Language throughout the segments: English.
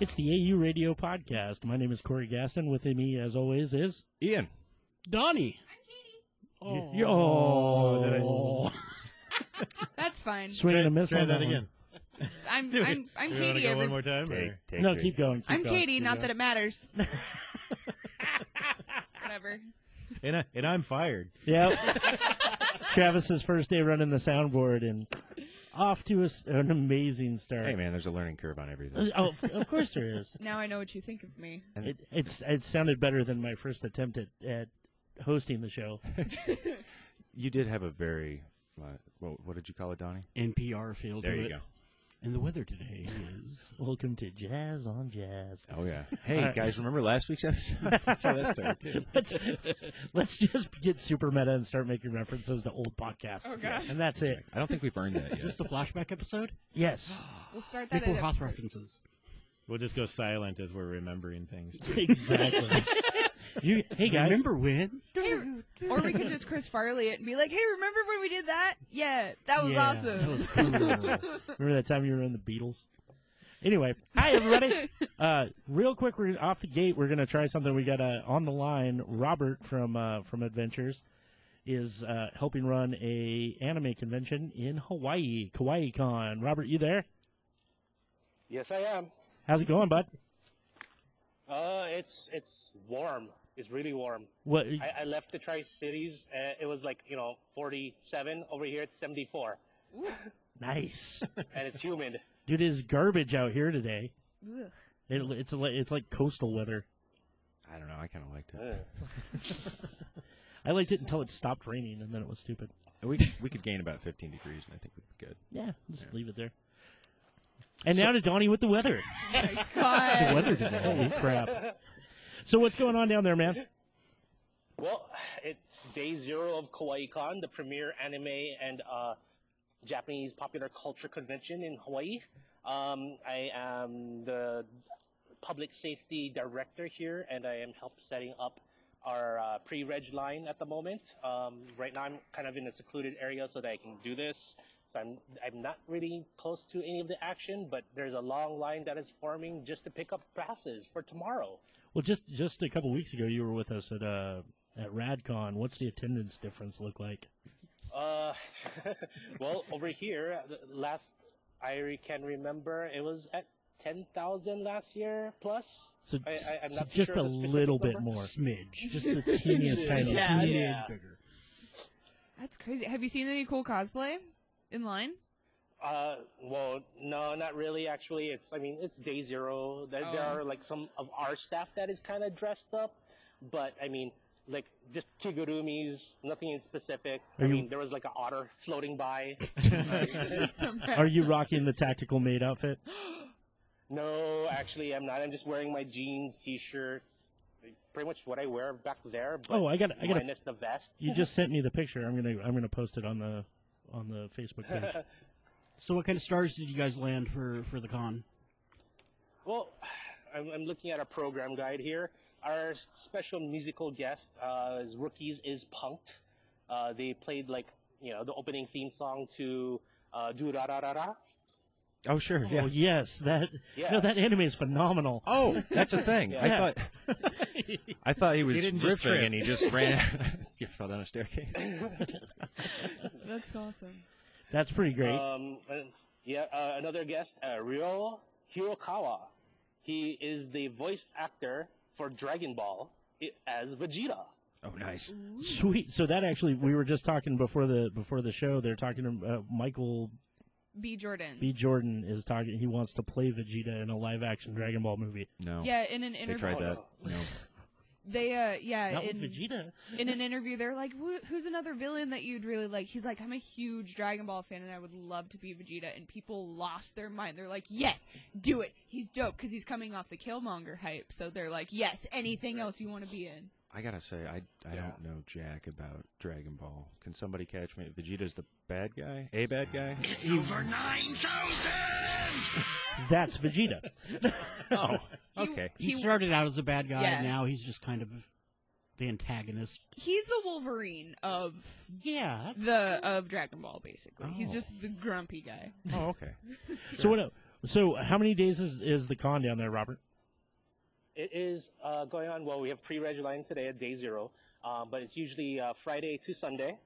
It's the AU Radio Podcast. My name is Corey Gaston. With me, as always, is Ian. Donnie. oh, oh did I- That's fine. swing and a miss Try on that one. again. I'm Do it. I'm I'm Do you want to Katie. go every- one more time? Take, or- take no, three. keep going. Keep I'm going. Katie. Not going. that it matters. Whatever. And, I, and I'm fired. Yep. Travis's first day running the soundboard and off to a s an amazing start. Hey man, there's a learning curve on everything. Uh, Oh, of- of course there is. Now I know what you think of me. It, it's it sounded better than my first attempt at, at hosting the show. You did have a very, uh, what, what did you call it, Donnie? NPR failed There to you it. go. And the weather today is Welcome to Jazz on Jazz. Oh yeah. Hey All right. guys, remember last week's episode? That's how that started too. Let's, let's just get super meta and start making references to old podcasts. Oh, gosh. And that's it. I don't think we've earned that Is this yet. the flashback episode? Yes. We'll start that. People at Hoth episode- references. We'll just go silent as we're remembering things. Exactly. you, hey guys. Remember when? Hey, or we could just Chris Farley it and be like, "Hey, remember when we did that? Yeah, that was Yeah, awesome." That was cool. Remember that time you were in the Beatles? Anyway, hi everybody. uh, real quick, we're off the gate. We're gonna try something. We got uh, on the line. Robert from uh, from Adventures is uh, helping run a anime convention in Hawaii, Kauai Con. Robert, you there? Yes, I am. How's it going, bud? Uh, it's it's warm. It's really warm. What? I, I left the Tri Cities. Uh, it was like you know 47 over here. It's 74, Nice, and it's humid. dude. It is garbage out here today. Ugh. It, it's li- it's like coastal weather. I don't know. I kind of liked it. Ugh. Oh. I liked it until it stopped raining, and then it was stupid. We we could gain about 15 degrees, and I think we'd be good. Yeah, just leave it there. And now to Donnie with the weather. God. weather today. Holy crap. So what's going on down there, man? Well, it's day zero of Kawaii Con, the premier anime and uh, Japanese popular culture convention in Hawaii. Um, I am the public safety director here, and I am help setting up our uh, pre-reg line at the moment. Um, right now, I'm kind of in a secluded area so that I can do this. So I'm I'm not really close to any of the action, but there's a long line that is forming just to pick up passes for tomorrow. Well, just just a couple weeks ago, you were with us at uh, at RadCon. What's the attendance difference look like? Uh, well, over here, the last I re- can remember, it was at ten thousand last year plus. So, I- I- I'm so not just sure a of the specific little bit number. more, Smidge. just the teeniest tiny. Tiny Yeah. smidge Yeah. bigger. That's crazy. Have you seen any cool cosplay in line? Uh, well, no, not really. Actually, it's I mean, it's day zero. There, there Oh. are like some of our staff that is kind of dressed up, but I mean, like just kigurumis, nothing in specific. Are I you- mean, there was like an otter floating by. Are you rocking the tactical maid outfit? No, actually, I'm not. I'm just wearing my jeans, t-shirt, pretty much what I wear back there. But Oh, I got I got. minus the vest. You just sent me the picture. I'm gonna I'm gonna post it on the on the Facebook page. So, what kind of stars did you guys land for for the con? Well, I'm, I'm looking at a program guide here. Our special musical guest, uh, is Rookies is Punked. Uh, they played like you know the opening theme song to uh, Do Ra Ra Ra Ra. Oh sure, Oh yeah. yes, that Yeah. no, that anime is phenomenal. Oh, that's a thing. Yeah. I thought I thought he was didn't just trip. riffing, and he just ran. you fell down a staircase. That's awesome. That's pretty great. Um, uh, yeah, uh, another guest, uh, Ryo Hirokawa. He is the voice actor for Dragon Ball i- as Vegeta. Oh, nice. Sweet. So that actually, we were just talking before the before the show. They're talking to uh, Michael B. Jordan. B. Jordan is talking. He wants to play Vegeta in a live action Dragon Ball movie. No, Yeah, in an they interview. tried that. No, They, uh, yeah, Not in, with Vegeta. in an interview, they're like, "Wh- "Who's another villain that you'd really like?" He's like, "I'm a huge Dragon Ball fan, and I would love to be Vegeta." And people lost their mind. They're like, "Yes, do it. He's dope because he's coming off the Killmonger hype." So they're like, "Yes, anything else you want to be in?" I gotta say, I I Yeah. don't know jack about Dragon Ball. Can somebody catch me? Vegeta's the bad guy, a bad guy. That's Vegeta. oh, He- okay. He, He- started out as a bad guy, Yeah. and now he's just kind of the antagonist. He's the Wolverine of Yeah. the of Dragon Ball, basically. He's Oh. just the grumpy guy. Oh, okay. So what? So, how many days is, is the con down there, Robert? It is uh, going on. Well, we have pre-reg line today at day zero, um, but it's usually uh, Friday to Sunday.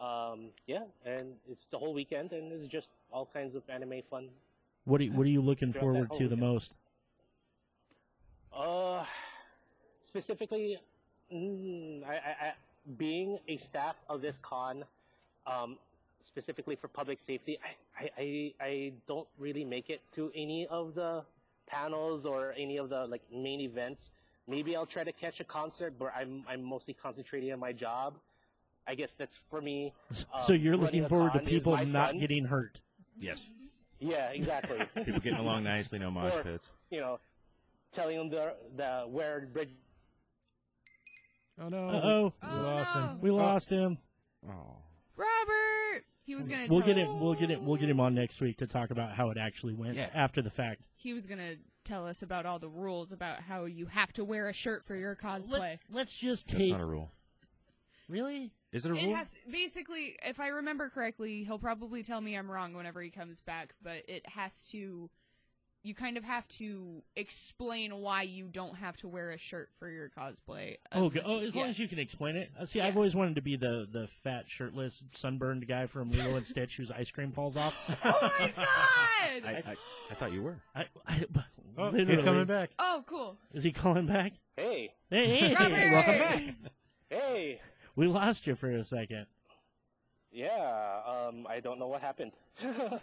Um, yeah, and it's the whole weekend, and it's just all kinds of anime fun. What are, you- what are you looking Throughout that forward whole to the weekend. most? Uh, specifically, mm, I, I, I, being a staff of this con, um, specifically for public safety, I, I, I, I don't really make it to any of the panels or any of the like main events. Maybe I'll try to catch a concert, but I'm I'm mostly concentrating on my job. I guess that's for me. so um, you're running looking a forward to con is people my not fun. getting hurt. Yes. Yeah, exactly. People getting along nicely, no mosh Or- pits. you know, telling them the the where bridge Oh no. Uh oh, Oh, no. we lost him. Oh. Robert. He was gonna. We'll tell get it. We'll get it. We'll get him on next week to talk about how it actually went Yeah. after the fact. He was gonna tell us about all the rules about how you have to wear a shirt for your cosplay. us just That's take. not a rule. really? Is it a It rule? has basically, if I remember correctly, he'll probably tell me I'm wrong whenever he comes back. But it has to, you kind of have to explain why you don't have to wear a shirt for your cosplay. Uh, Oh, go- unless oh, you- as long yeah. as you can explain it. Uh, see, I've Yeah. always wanted to be the the fat, shirtless, sunburned guy from Lilo and Stitch whose ice cream falls off. Oh my I, god! I, I thought you were. I, I, Oh, he's literally. coming back. oh, cool. Is he calling back? Hey, Hey, hey, hey, Robert! welcome back. hey. We lost you for a second. Yeah, um, I don't know what happened. I,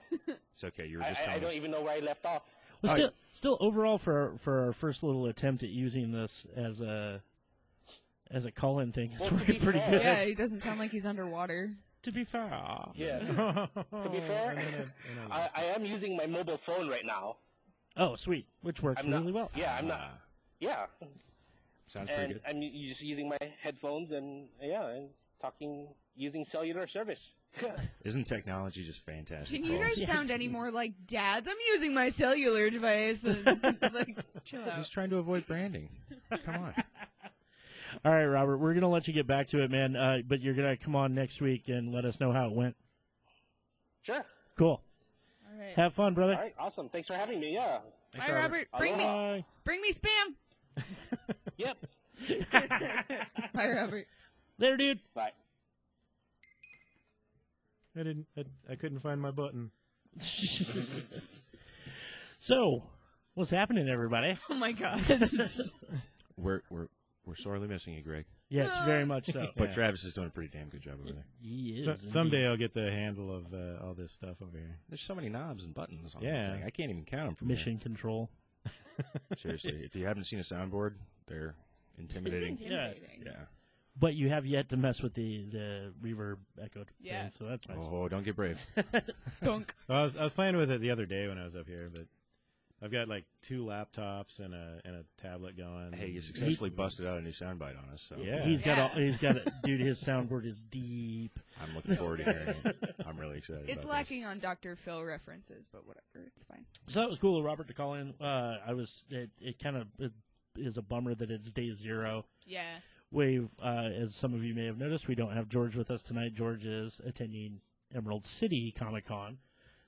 It's okay. You were just I, I telling don't us. even know where I left off. Well, All still, right. still overall for for our first little attempt at using this as a as a call-in thing, it's Well, to working be pretty fair- good. Yeah, he doesn't sound like he's underwater. To be fair, Yeah, to be fair, I, I I, am using my mobile phone right now. oh sweet, which works I'm not. really well. Yeah, I'm not. Ah, Yeah, sounds pretty and good. I'm u- just using my headphones and yeah, and talking using cellular service. Isn't technology just fantastic? Can you Paul? guys sound any more like dads? I'm using my cellular device. And, like, chill He's out. trying to avoid branding. Come on. All right, Robert, we're gonna let you get back to it, man. Uh, but you're gonna come on next week and let us know how it went. sure. Cool. All right. Have fun, brother. All right. Awesome. Thanks for having me. Yeah. Bye, Robert. Bring me, Bye. bring me spam. Yep. Bye, Robert. Later, dude. Bye. I didn't. I, I couldn't find my button. so, what's happening, everybody? Oh my god. We're we're we're sorely missing you, Greg. Yes, very much so. But Yeah. Travis is doing a pretty damn good job over there. He is So, indeed. someday uh, I'll get the handle of uh, all this stuff over here. There's so many knobs and buttons. On Yeah. yeah, I can't even count them from here. mission control. Seriously, if you haven't seen a soundboard, they're intimidating. It's intimidating. yeah. But you have yet to mess with the the reverb echoed Yeah. thing, so that's nice. Oh, don't get brave. Dunk. Well, I was I was playing with it the other day when I was up here, but I've got like two laptops and a and a tablet going. hey, you successfully busted out a new soundbite on us. So Yeah. He's got Yeah. a, he's got a, dude. His soundboard is deep. I'm looking forward to hearing it. I'm really excited. about It's this. lacking on Dr. Phil references, but whatever. It's fine. So that was cool, of Robert, to call in. Uh, I was it, it kind of it is a bummer that it's day zero. Yeah. We've, uh, as some of you may have noticed, we don't have George with us tonight. George is attending Emerald City Comic Con,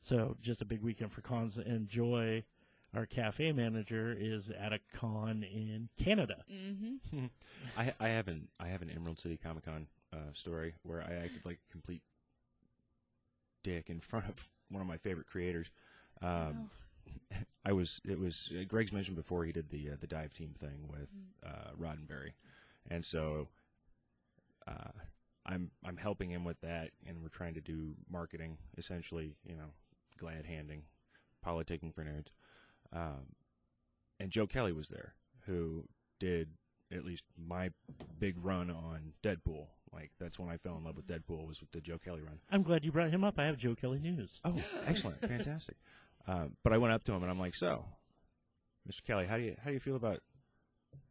so just a big weekend for cons. And Joy, our cafe manager, is at a con in Canada. Mm-hmm. I I have an I have an Emerald City Comic Con uh, story where I acted like a complete dick in front of one of my favorite creators. Oh, Um, I was it was uh, Greg's mentioned before he did the uh, the dive team thing with uh, Roddenberry, and so uh, I'm I'm helping him with that, and we're trying to do marketing essentially, you know, glad handing, politicking for nerds, um, and Joe Kelly was there who did at least my big run on Deadpool. Like that's when I fell in love with Deadpool was with the Joe Kelly run. I'm glad you brought him up. I have Joe Kelly news. Oh, excellent, fantastic. Um, but I went up to him and I'm like, "So, Mr. Kelly, how do you how do you feel about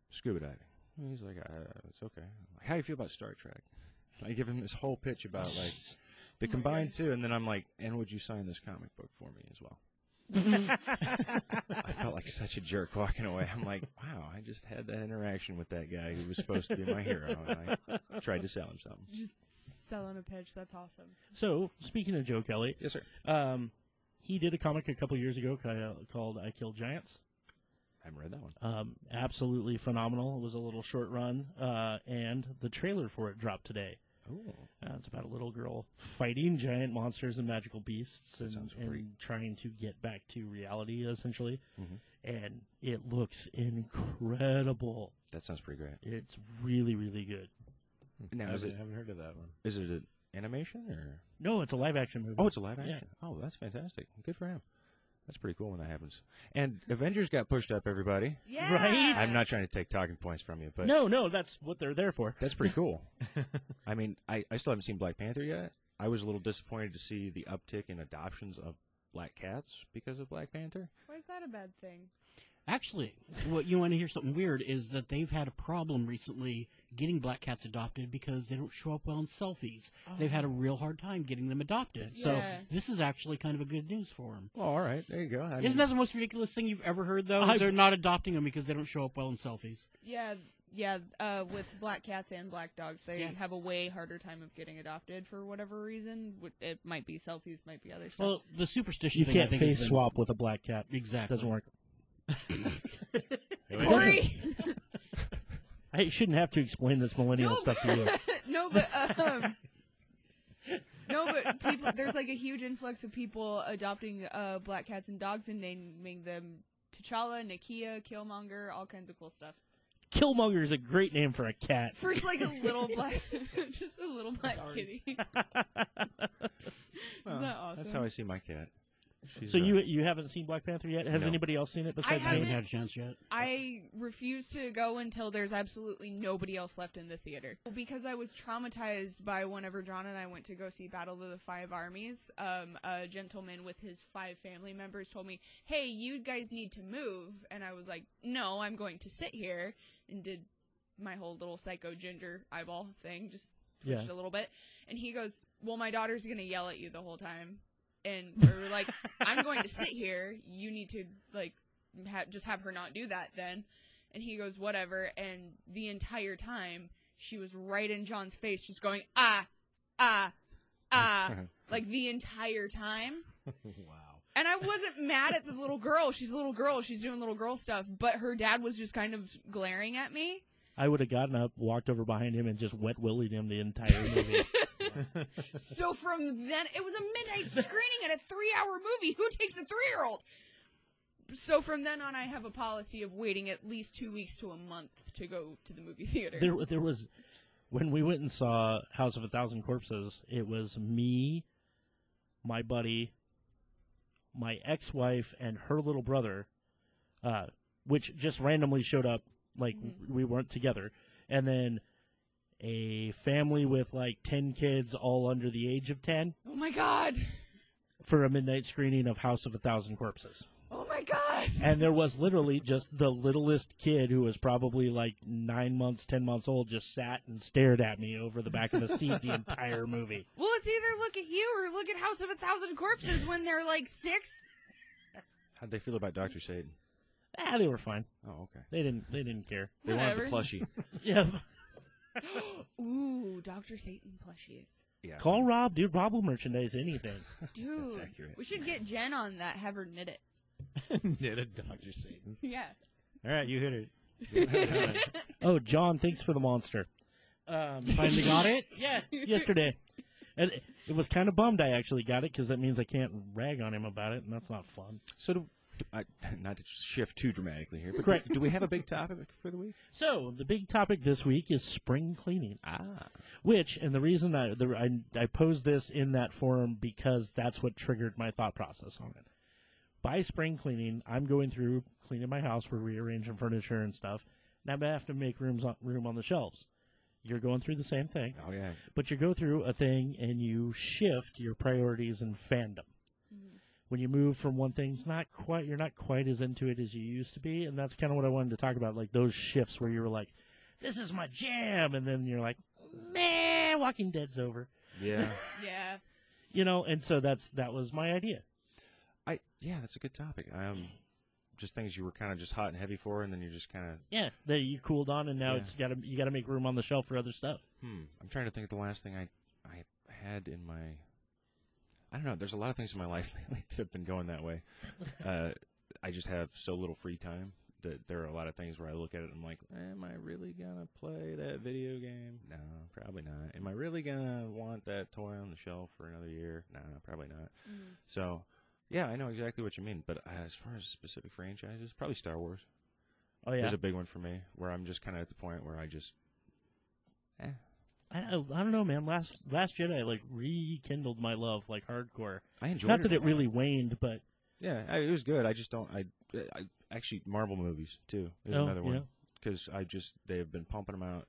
scuba diving?" And he's like, uh, "It's okay." I'm like, how do you feel about Star Trek? And I give him this whole pitch about like the combined two, and then I'm like, "And would you sign this comic book for me as well?" I felt like such a jerk walking away. I'm like, "Wow, I just had that interaction with that guy who was supposed to be my hero, and I tried to sell him something." Just selling a pitch. That's awesome. So speaking of Joe Kelly, Yes, sir. um, He did a comic a couple years ago ca- called "I Kill Giants." I haven't read that one. Um, absolutely phenomenal. It was a little short run, uh, and the trailer for it dropped today. Oh, Uh, it's about a little girl fighting giant monsters and magical beasts That and, sounds great. and trying to get back to reality, essentially. Mhm. And it looks incredible. that sounds pretty great. It's really, really good. Now, I is haven't, it- haven't heard of that one. Is it an animation or? No, it's a live action movie. Oh, it's a live Yeah. action. Oh, that's fantastic. Good for him. That's pretty cool when that happens. And Avengers got pushed up, everybody. Yeah. Right? I'm not trying to take talking points from you, but no, no, that's what they're there for. that's pretty cool. I mean, I, I still haven't seen Black Panther yet. I was a little disappointed to see the uptick in adoptions of black cats because of Black Panther. Why is that a bad thing? Actually, what you want to hear something weird is that they've had a problem recently getting black cats adopted because they don't show up well in selfies. They've had a real hard time getting them adopted. So Yeah. this is actually kind of a good news for them. Well, all right, there you go. I Isn't that the most ridiculous thing you've ever heard, though? Is I- they're not adopting them because they don't show up well in selfies. Yeah, yeah. Uh, with black cats and black dogs, they Yeah. have a way harder time of getting adopted for whatever reason. Wh- It might be selfies, might be other stuff. Well, the superstition You thing, I can't think, face has been- swap with a black cat. Exactly. Doesn't work. Anyway, Corey, I shouldn't have to explain this millennial No. stuff to you. no, but um, no, but people. There's like a huge influx of people adopting uh black cats and dogs and naming them T'Challa, Nakia, Killmonger, all kinds of cool stuff. Killmonger is a great name for a cat. First, like a little black, just a little black kitty. Isn't Well, that awesome? That's how I see my cat. She's, so uh, you you haven't seen Black Panther yet? Has No. anybody else seen it I besides I haven't me? haven't- had a chance yet. I refuse to go until there's absolutely nobody else left in the theater. Because I was traumatized by whenever John and I went to go see Battle of the Five Armies, um, a gentleman with his five family members told me, Hey, you guys need to move. And I was like, No, I'm going to sit here. And did my whole little psycho ginger eyeball thing, just Yeah. twitched a little bit. And he goes, Well, my daughter's going to yell at you the whole time. And we were like, I'm going to sit here. You need to, like, ha- just have her not do that then. And he goes, whatever. And the entire time, she was right in John's face, just going, ah, ah, ah, like the entire time. wow. And I wasn't mad at the little girl. She's a little girl. She's doing little girl stuff. But her dad was just kind of glaring at me. I would have gotten up, walked over behind him, and just wet willied him the entire movie. So from then, it was a midnight screening at a three hour movie. Who takes a three year old? So from then on, I have a policy of waiting at least two weeks to a month to go to the movie theater. there, there was when we went and saw House of a Thousand Corpses. It was me, my buddy, my ex-wife, and her little brother, uh, which just randomly showed up. Like Mhm. we weren't together, and then a family with like ten kids, all under the age of ten, oh my god! for a midnight screening of House of a Thousand Corpses. Oh my god! and there was literally just the littlest kid who was probably like nine months, ten months old, just sat and stared at me over the back of the seat the entire movie. Well, it's either look at you or look at House of a Thousand Corpses when they're like six. How'd they feel about Doctor Satan? Ah, they were fine. Oh, okay. They didn't. They didn't care. They wanted the Whatever. plushie. Yeah. Ooh, Dr. Satan plushies. Yeah. Call Rob, dude. Rob will merchandise anything. Dude, accurate. we should get Jen on that, have her knit it. Did a Dr. Mm-hmm. Satan. Yeah. All right, you hit it. Oh, John, thanks for the monster. Um, Finally got it. yeah, yesterday, and it- it was kind of bummed I actually got it because that means I can't rag on him about it, and that's not fun. So, do, do- I, not to shift too dramatically here, but Correct. do we have a big topic for the week? So the big topic this week is spring cleaning. Ah, Which, and the reason I, the, I I posed this in that forum because that's what triggered my thought process on it. By spring cleaning, I'm going through cleaning my house, we're rearranging furniture and stuff, and I'm gonna have to make rooms on, room on the shelves. You're going through the same thing, oh yeah. but you go through a thing and you shift your priorities and fandom. Mm-hmm. When you move from one thing, it's not quite you're not quite as into it as you used to be, and that's kind of what I wanted to talk about, like those shifts where you were like, "This is my jam," and then you're like, "Man, Walking Dead's over," Yeah. Yeah. you know. And so that's that was my idea. I yeah, that's a good topic. Um, just things you were kind of just hot and heavy for, and then you're just kind of Yeah, that you cooled on, and now Yeah. it's got to you got to make room on the shelf for other stuff. hmm. I'm trying to think of the last thing I I had in my. I don't know. There's a lot of things in my life lately that have been going that way. Uh, I just have so little free time that there are a lot of things where I look at it and I'm like, am I really gonna play that video game? No, probably not. Am I really gonna want that toy on the shelf for another year? No, probably not. Mhm. So, yeah, I know exactly what you mean. But uh, as far as specific franchises, probably Star Wars Oh yeah, is a big one for me, where I'm just kind of at the point where I just, eh, I I, I don't know, man. Last Last Jedi like rekindled my love like hardcore. I enjoyed. Not that a it lot. really waned, but Yeah, I, it was good. I just don't. I, I actually Marvel movies too. Is Oh, another yeah. one because I just they have been pumping them out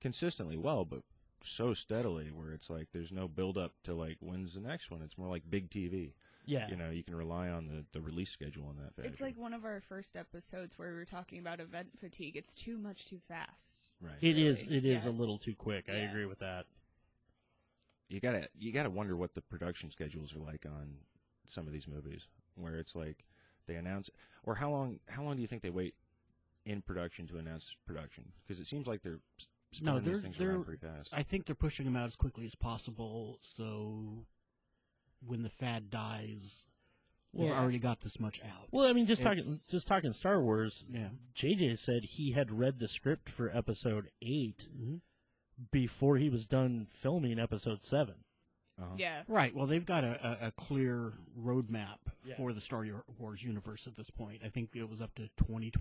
consistently, well, but so steadily where it's like there's no build up to like when's the next one. It's more like big TV. yeah, You know, you can rely on the the release schedule on that. It's factor. like one of our first episodes where we were talking about event fatigue. It's too much too fast. right. it is. really, It is yeah. a little too quick. I Yeah. agree with that. you gotta you gotta wonder what the production schedules are like on some of these movies, where it's like they announce or how long how long do you think they wait in production to announce production? Because it seems like they're s- No, spinning these they're- things around they're- pretty fast. I think they're pushing them out as quickly as possible, so when the fad dies, we've Yeah. already got this much out. Well, I mean, just talking It's- just talking Star Wars. yeah. JJ said he had read the script for episode eight hmm before he was done filming episode seven. Uh-huh. Yeah. Right. Well, they've got a, a, a clear roadmap Yeah. for the Star Wars universe at this point. I think it was up to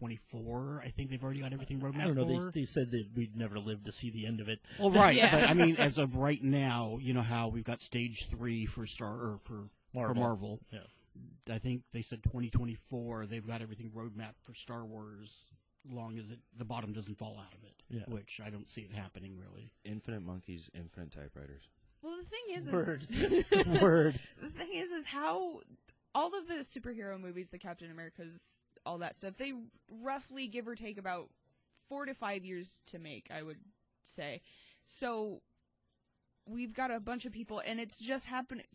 2024. I think they've already got everything roadmap I don't know. for. They, they said that we'd never live to see the end of it. Well, right, Yeah. but I mean, as of right now, you know how we've got stage three for Star or for Marvel. for Marvel. Yeah. I think they said 2024. They've got everything roadmap for Star Wars, long as it the bottom doesn't fall out of it. Yeah. Which I don't see it happening really. Infinite monkeys, infinite typewriters. Well, the thing is, Word. is Word. the thing is, is how all of the superhero movies, the Captain Americas, all that stuff, they roughly give or take about four to five years to make. I would say. So we've got a bunch of people, and it's just happening.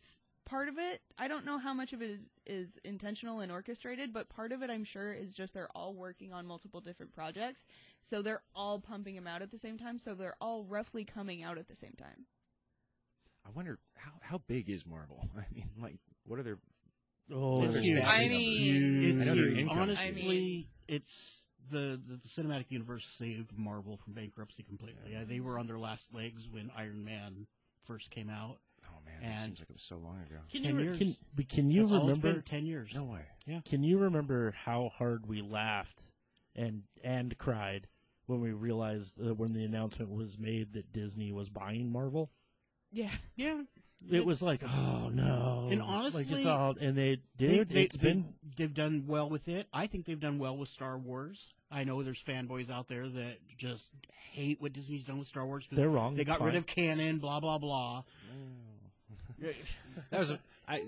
Part of it, I don't know how much of it is, is intentional and orchestrated, but part of it, I'm sure, is just they're all working on multiple different projects, so they're all pumping them out at the same time. So they're all roughly coming out at the same time. I wonder how how big is Marvel? I mean, like what are their Oh, It's there's huge. that. I numbers. mean, Mm. It's I know they're huge. income. Honestly, I mean- it's the, the the cinematic universe saved Marvel from bankruptcy completely. Yeah, they were on their last legs when Iron Man first came out. Oh man, it And- seems like it was so long ago. Can 10 you re- years. can, but can you That's all it's been, remember? ten years? No way. Can you remember how hard we laughed and and cried when we realized uh, when the announcement was made that Disney was buying Marvel? Yeah. Yeah, It was like, oh no! And like honestly, it's all and they dude, they, it's been have done well with it. I think they've done well with Star Wars. I know there's fanboys out there that just hate what Disney's done with Star Wars they're because wrong. they got it's rid fine. of canon, blah blah blah. that was a, I.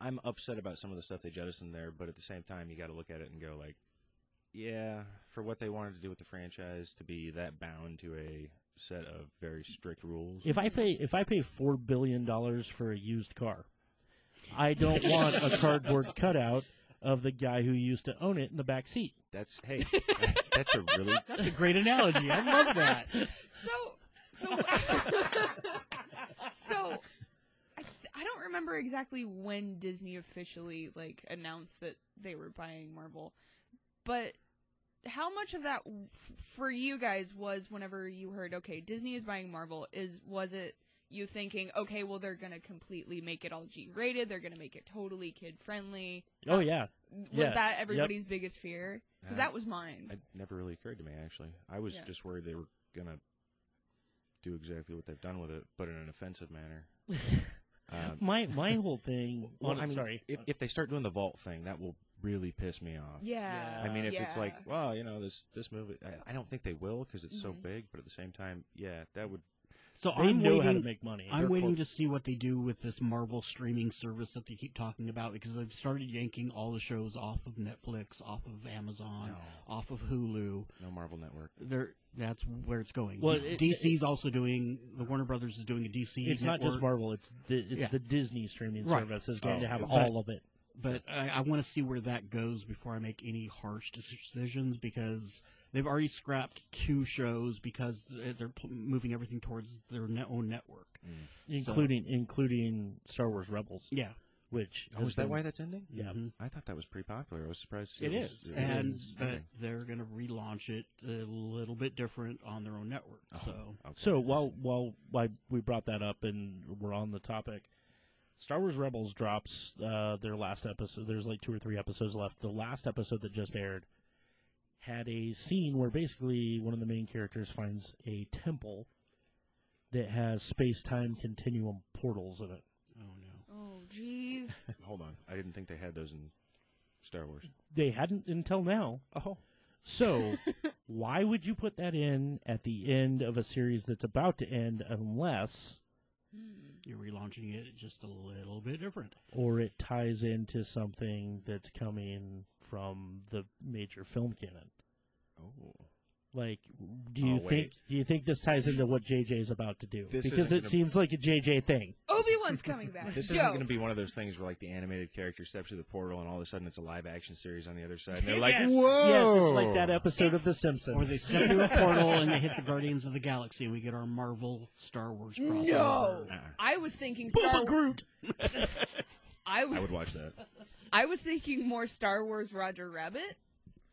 I'm upset about some of the stuff they jettisoned there, but at the same time, you got to look at it and go like, yeah, for what they wanted to do with the franchise to be that bound to a set of very strict rules. If I pay if I pay four billion dollars for a used car, I don't want a cardboard cutout of the guy who used to own it in the back seat. That's hey, that's a really That's a great analogy. I love that. So, so, so, I, th- I don't remember exactly when Disney officially like announced that they were buying Marvel, but how much of that w- f- for you guys was whenever you heard, okay, Disney is buying Marvel? Is was it you thinking, okay, well they're gonna completely make it all G rated, they're gonna make it totally kid friendly? Oh yeah, Was Yeah. that everybody's biggest fear? Because Yeah. that was mine. uh, it never really occurred to me actually. I was Yeah. just worried they were gonna do exactly what they've done with it, but in an offensive manner. Um, my my whole thing. well, on- I mean, sorry. if, if they start doing the vault thing, that will really piss me off. yeah. I mean, if it's like, Yeah. well, you know, this this movie, I, I don't think they will because it's so Mhm. big. But at the same time, yeah, that would. So they I'm know waiting. how to make money. I'm They're waiting close. to see what they do with this Marvel streaming service that they keep talking about because they've started yanking all the shows off of Netflix, off of Amazon, off of Hulu. No Marvel Network. There, that's where it's going. Well, it- DC's also doing the Warner Brothers is doing a DC. it's not just network, Marvel. It's the it's Yeah. the Disney streaming Right. service is going Oh, to have but- all of it. but I, I want to see where that goes before I make any harsh decisions because They've already scrapped two shows because th- they're p- moving everything towards their ne- own network. including including Star Wars Rebels, Yeah, which Oh, is that been- why that's ending? Yeah. Mhm. I thought that was pretty popular. I was surprised. it was- is, it was- and but okay. they're going to relaunch it a little bit different on their own network. Oh, So okay. So while while why we brought that up and we're on the topic, Star Wars Rebels drops uh, their last episode. There's like two or three episodes left. The last episode that just aired had a scene where basically one of the main characters finds a temple that has space time continuum portals in it. oh no, Oh, jeez. hold on, I didn't think they had those in Star Wars. They hadn't until now. Oh, So why would you put that in at the end of a series that's about to end unless Hmm. you're relaunching it just a little bit different. or it ties into something that's coming from the major film canon. oh, Like, do you Oh, think wait. do you think this ties into what JJ is about to do? This because isn't it gonna- seems like a JJ thing. Obi Wan's coming back. this isn't Dope. going to be one of those things where like the animated character steps through the portal and all of a sudden it's a live action series on the other side. And they're like, whoa! Yes, it's like that episode of It's- The Simpsons. Or they step through a portal and they hit the Guardians of the Galaxy, and we get our Marvel Star Wars crossover. No, Uh-uh. I was thinking Star. Booba Groot. I I was would watch that. I was thinking more Star Wars Roger Rabbit.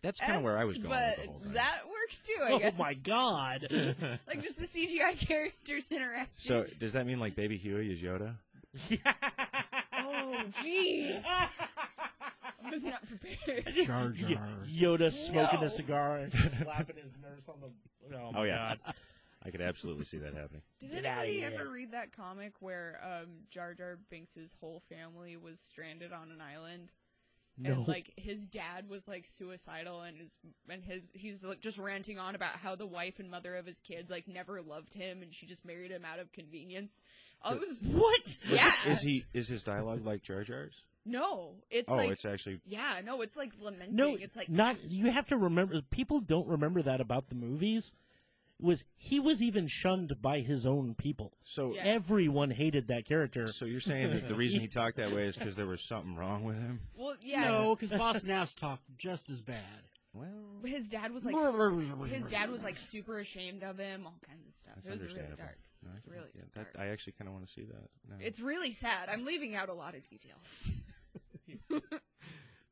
That's kind of where I was going. But with the whole thing. that works too. I Oh guess. my God! Like just the CGI characters interacting. so does that mean like Baby Huey is Yoda? oh jeez. I was not prepared. Jar Y- Jar. Yoda smoking No. a cigar and slapping his nurse on the. Oh, my Oh, yeah. God. I could absolutely see that happening. Did Get outta anybody here. ever read that comic where um, Jar Jar Binks' whole family was stranded on an island? No. And like his dad was like suicidal, and his and his he's like just ranting on about how the wife and mother of his kids like never loved him, and she just married him out of convenience. I was what? yeah, Is he? Is his dialogue like Jar Jar's? no, it's oh, like it's actually. yeah, no, it's like lamenting. No, it's like not. You have to remember. People don't remember that about the movies. Was he was even shunned by his own people? So, Yeah. Everyone hated that character. so you're saying that the reason he talked that way is because there was something wrong with him? well, yeah, No, because Boss Nass talked just as bad. Well, his dad was like s- his dad was like super ashamed of him, all kinds of stuff. that's it was really understandable. dark. No, I It's can- really yeah, dark. That, I actually kind of want to see that. now. It's really sad. I'm leaving out a lot of details.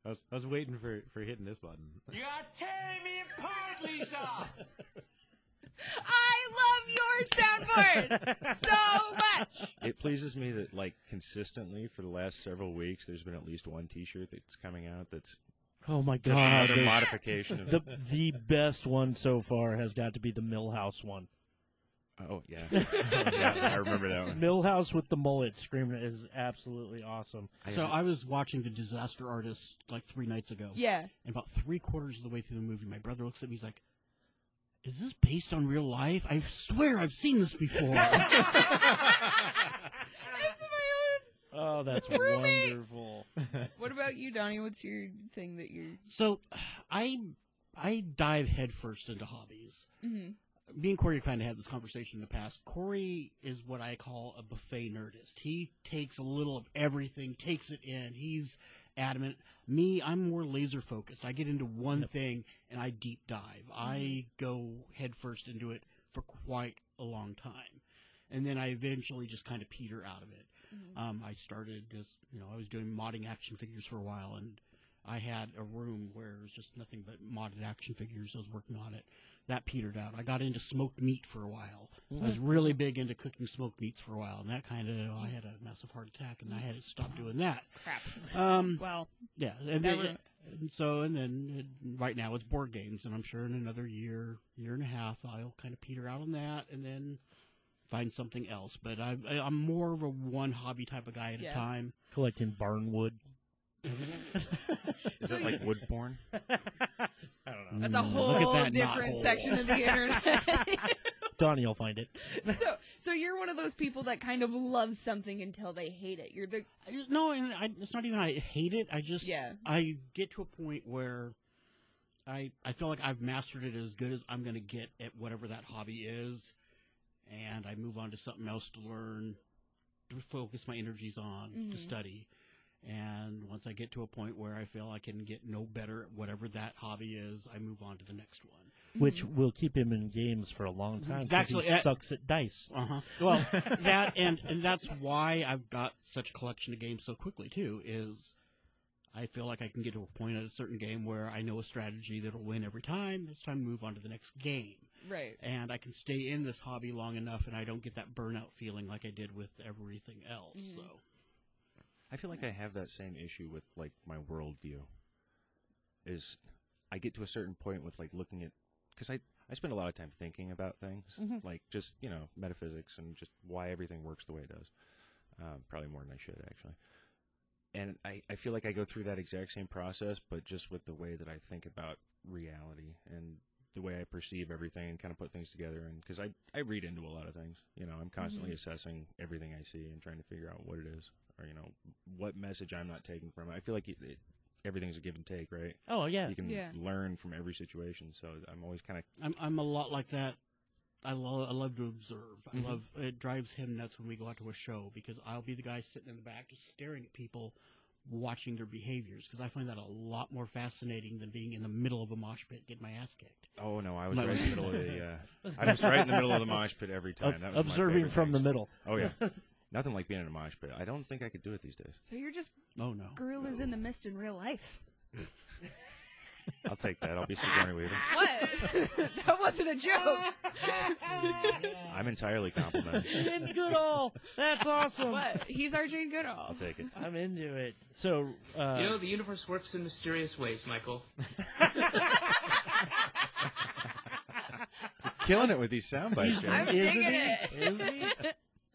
I was, I was waiting for, for hitting this button. I love your soundboard so much. it pleases me that like consistently for the last several weeks, there's been at least one T-shirt that's coming out that's oh my just god! another the- modification of. The the best one so far has got to be the Millhouse one. oh yeah. Oh, yeah, I remember that one. Millhouse with the mullet screaming is absolutely awesome. So I, I was watching The Disaster Artist like three nights ago. Yeah. And about three quarters of the way through the movie, my brother looks at me. He's like, "Is this based on real life? I swear I've seen this before." It's my Oh, that's Roommate. wonderful. own. What about you, Donnie? What's your thing that you're? so, I I dive headfirst into hobbies. Mhm. me and Corey kind of had this conversation in the past. Corey is what I call a buffet nerdist. He takes a little of everything, takes it in. He's adamant. Me, I'm more laser focused. I get into one thing and I deep dive. I go headfirst into it for quite a long time. And then I eventually just kind of peter out of it. Mhm. Um, I started just, you know, I was doing modding action figures for a while, and I had a room where it was just nothing but modded action figures. I was working on it. That petered out. I got into smoked meat for a while. I was really big into cooking smoked meats for a while, and that kind of, I had a massive heart attack, and I had to stop doing that. Crap. Um, Well, yeah, and, That then- would- and so and then uh, right now it's board games, and I'm sure in another year, year and a half, I'll kind of peter out on that, and then find something else. But I, I, I'm more of a one hobby type of guy at Yeah. a time. Collecting barnwood. is that like Woodborne? I don't know. that's a Mm, look at whole that different knothole. section of the internet. Donnie will find it. so, so you're one of those people that kind of loves something until they hate it. You're the I- No, and I, it's not even I hate it. I just Yeah. I get to a point where I I feel like I've mastered it as good as I'm going to get at whatever that hobby is, and I move on to something else to learn, to focus my energies on, Mhm. to study. And once I get to a point where I feel I can get no better at whatever that hobby is, I move on to the next one. mm, which will keep him in games for a long time. 'cause Mm-hmm. Actually, he uh, sucks at dice. Uh huh. Well, that and and that's why I've got such a collection of games so quickly too. Is I feel like I can get to a point at a certain game where I know a strategy that'll win every time. It's time to move on to the next game, Right. and I can stay in this hobby long enough, and I don't get that burnout feeling like I did with everything else. So I feel like I have that same issue with like my worldview. Is I get to a certain point with like looking at because I I spend a lot of time thinking about things Mhm. like just you know metaphysics and just why everything works the way it does. Um, probably more than I should actually. And I, I feel like I go through that exact same process, but just with the way that I think about reality and the way I perceive everything and kind of put things together. And because I, I read into a lot of things, you know, I'm constantly assessing everything I see and trying to figure out what it is or, you know, what message I'm not taking from it. I feel like it, it, everything's a give and take, right? Oh yeah, You can Yeah. learn from every situation. So I'm always kind of, I'm I'm a lot like that. I love I love to observe. Mhm. I love it drives him nuts when we go out to a show because I'll be the guy sitting in the back just staring at people, watching their behaviors because I find that a lot more fascinating than being in the middle of a mosh pit getting my ass kicked. oh no, I was No. right in the middle of the, uh, I was right in the middle of the mosh pit every Ob- time. That was my observing favorite from the things. middle. Oh yeah. Nothing like being in a mosh pit. I don't think I could do it these days. So you're just Oh no! gorillas in the mist in real life. I'll take that. I'll be Sigourney Weaver. What? that wasn't a joke. I'm entirely complimentary. Jane Goodall, that's awesome. what? He's our Jane Goodall. I'll take it. I'm into it. So, uh, You know, the universe works in mysterious ways, Michael. Killing it with these sound bites. I'm Jared. Isn't digging he? it. Isn't he?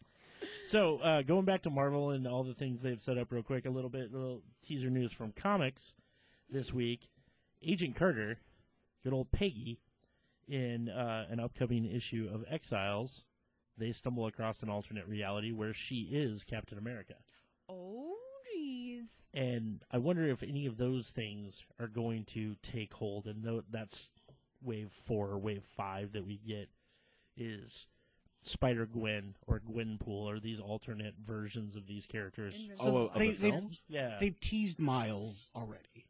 so uh, going back to Marvel and all the things they've set up, real quick, a little bit, little teaser news from comics this week. Agent Carter, good old Peggy, in uh, an upcoming issue of Exiles, they stumble across an alternate reality where she is Captain America. Oh, jeez. and I wonder if any of those things are going to take hold. And tho- that's wave four or wave five that we get is Spider Gwen or Gwenpool or these alternate versions of these characters. Invisible. Oh, of they, the they- films? Yeah, They've teased Miles already.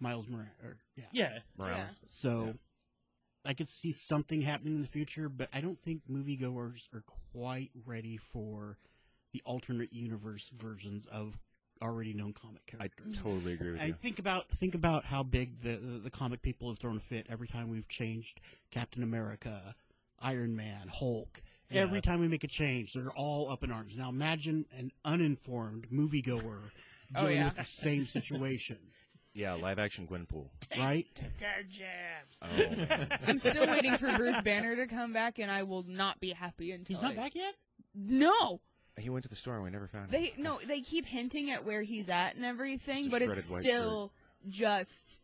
Miles Moran. Or, yeah. yeah. Morales. So Yeah. I could see something happening in the future, but I don't think moviegoers are quite ready for the alternate universe versions of already known comic I characters. totally agree with I you. think about think about how big the, the the comic people have thrown a fit every time we've changed Captain America, Iron Man, Hulk. Every Yeah. time we make a change, they're all up in arms. Now imagine an uninformed moviegoer dealing Oh, yeah. with the same situation, Yeah, live action Gwenpool. right? Oh, man. I'm still waiting for Bruce Banner to come back, and I will not be happy until He's not I- back yet. No, he went to the store and we never found him. they no, they keep hinting at where he's at and everything, It's a but it's shredded white still just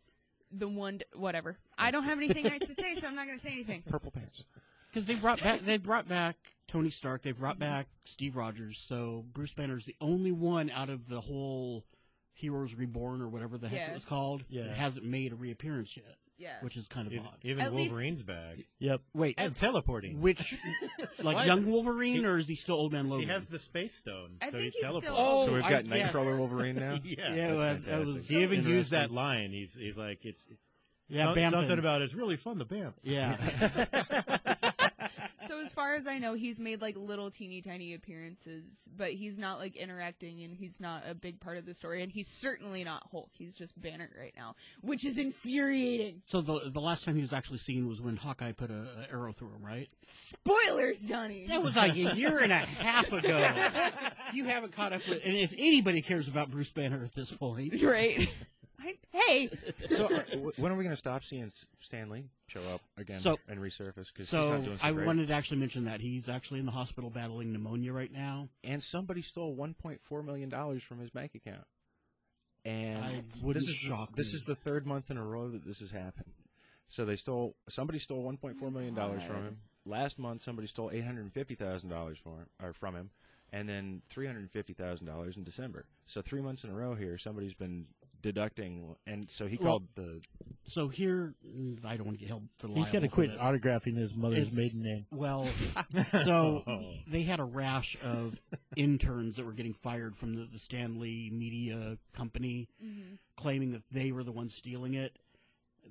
the one. D- whatever. I don't have anything nice to say, so I'm not going to say anything. Purple pants. Because they brought back they brought back Tony Stark, they brought back Steve Rogers, so Bruce Banner's the only one out of the whole Heroes Reborn or whatever the heck Yeah. it was called Yeah. that hasn't made a reappearance yet, Yeah. which is kind of Even, odd. even At least- Wolverine's back. Yep. Wait, And teleporting. which like What? young Wolverine or is he still old man He Logan? has the space stone. I so think he he's still- teleports. Oh, so we've I- got yes. Nightcrawler Wolverine now? yeah. Yeah, that's that- that was- fantastic. He even used Interesting. that line. He's he's like it's yeah, some- Bamfin. something about it's really fun to bamf. yeah. So as far as I know, he's made like little teeny tiny appearances, but he's not like interacting and he's not a big part of the story and he's certainly not Hulk. He's just Banner right now, which is infuriating. so the the last time he was actually seen was when Hawkeye put a, a arrow through him, right? Spoilers, Donnie. That was like a year and a half ago. You haven't caught up with, and if anybody cares about Bruce Banner at this point, right. I, hey, so uh, w- when are we going to stop seeing Stanley show up again So- and resurface? Because he's not So doing so I great. wanted to actually mention that he's actually in the hospital battling pneumonia right now. And somebody stole $1.4 million from his bank account. And I wouldn't this is shock this me. is the third month in a row that this has happened. So they stole somebody stole 1.4 million dollars from him. Last month somebody stole 850,000 dollars from him, or from him and then 350,000 dollars in December. So 3 months in a row here somebody's been deducting and so he Well, called the So here, mm, I don't want to get held for liable. He's got to for quit this. autographing his mother's It's- maiden name. Well, so they had a rash of interns that were getting fired from the, the Stanley Media Company, claiming that they were the ones stealing it.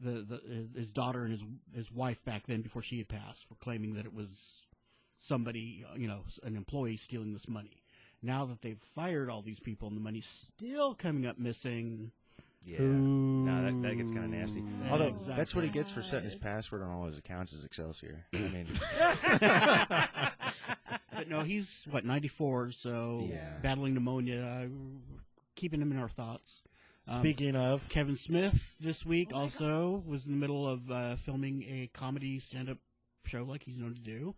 the, the his daughter and his his wife back then before she had passed were claiming that it was somebody you know an employee stealing this money. Now that they've fired all these people and the money's still coming up missing, Yeah. No, that, that gets kind of nasty. Yeah, Although exactly. that's what he gets for setting his God. password on all his accounts is Excelsior. I mean, but no, he's what 94, so Yeah. battling pneumonia, uh, keeping him in our thoughts. Um, Speaking of, Kevin Smith this week Oh my also was in the middle of uh, filming a comedy stand-up show like he's known to do,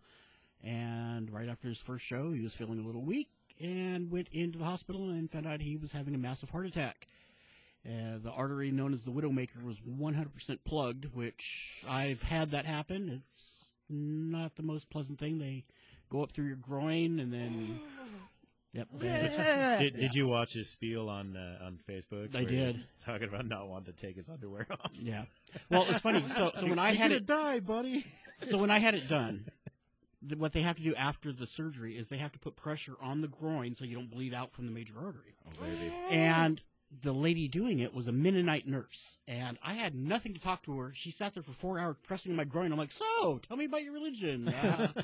and right after his first show, he was feeling a little weak and went into the hospital and found out he was having a massive heart attack. Uh, the artery known as the Widowmaker was 100% plugged, which I've had that happen. It's not the most pleasant thing. They go up through your groin and then. Yep. Did, did you watch his spiel on uh, on Facebook? I where he was did. Talking about not wanting to take his underwear off. Yeah. Well, it's funny. So, so when I had You're it, gonna die, buddy. so when I had it done, th- what they have to do after the surgery is they have to put pressure on the groin so you don't bleed out from the major artery. oh, baby. And the lady doing it was a Mennonite nurse, and I had nothing to talk to her. She sat there for four hours pressing my groin. I'm like, so tell me about your religion. Uh,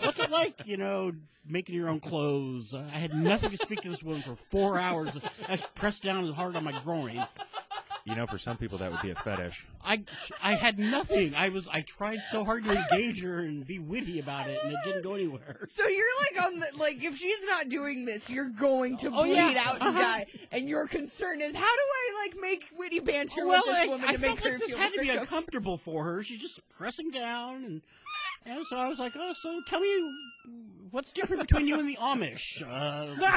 what's it like, you know, making your own clothes? Uh, I had nothing to speak to this woman for four hours. I pressed down hard on my groin. You know, for some people that would be a fetish. I I had nothing. I was I tried so hard to engage her and be witty about it, and it didn't go anywhere. So you're like on the like if she's not doing this, you're going to Oh, bleed yeah. out and die. And your concern is how do I like make witty banter well, with this I, woman I to felt make her like this feel had to be better? uncomfortable for her. She's just pressing down, and and so I was like, oh, so tell me, what's different between you and the Amish? Uh,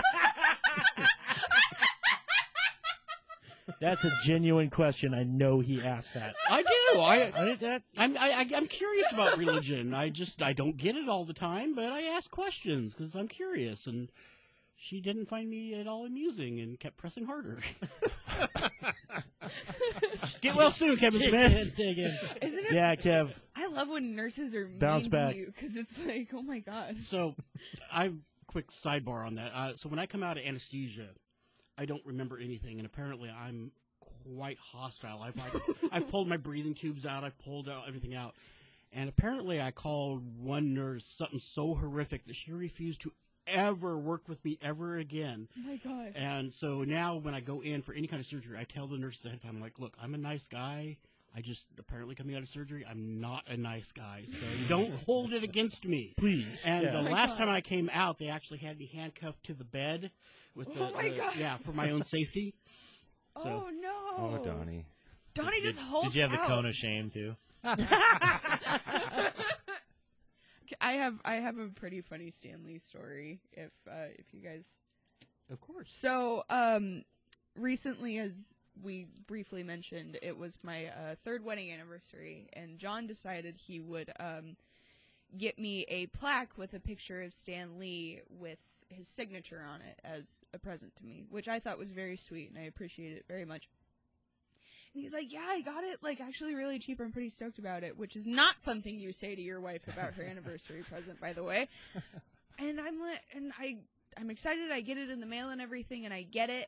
that's a genuine question. I know he asked that. I do. I. I, that I'm I, I- I'm curious about religion. I just I don't get it all the time, but I ask questions because I'm curious. And she didn't find me at all amusing and kept pressing harder. get well soon, Kevin dig Smith. in, dig in. Isn't it? Yeah, Kev. I love when nurses are mean Bounce to back. you because it's like, oh my god. So, I quick sidebar on that. Uh, so when I come out of anesthesia, I don't remember anything, and apparently I'm quite hostile. I've like, I've pulled my breathing tubes out. I've pulled out everything out, and apparently I called one nurse something so horrific that she refused to ever work with me ever again. Oh my god. And so now when I go in for any kind of surgery, I tell the nurses ahead of time, like, look, I'm a nice guy. I just apparently coming out of surgery, I'm not a nice guy. So don't hold it against me. Please. And Yeah. the Oh my last God. time I came out, they actually had me handcuffed to the bed with the, Oh my the- God. yeah, for my own safety. so- oh no. Oh, Donnie. Donnie did, just holds Did you have the out. cone of shame too? I have I have a pretty funny Stanley story if uh, if you guys Of course. So, um, recently, as we briefly mentioned, it was my uh, third wedding anniversary, and John decided he would um, get me a plaque with a picture of Stan Lee with his signature on it as a present to me, which I thought was very sweet, and I appreciated it very much. And he's like, "Yeah, I got it, like actually really cheap. I'm pretty stoked about it," which is not something you say to your wife about her anniversary present, by the way. And I'm li- and I I'm excited. I get it in the mail and everything, and I get it,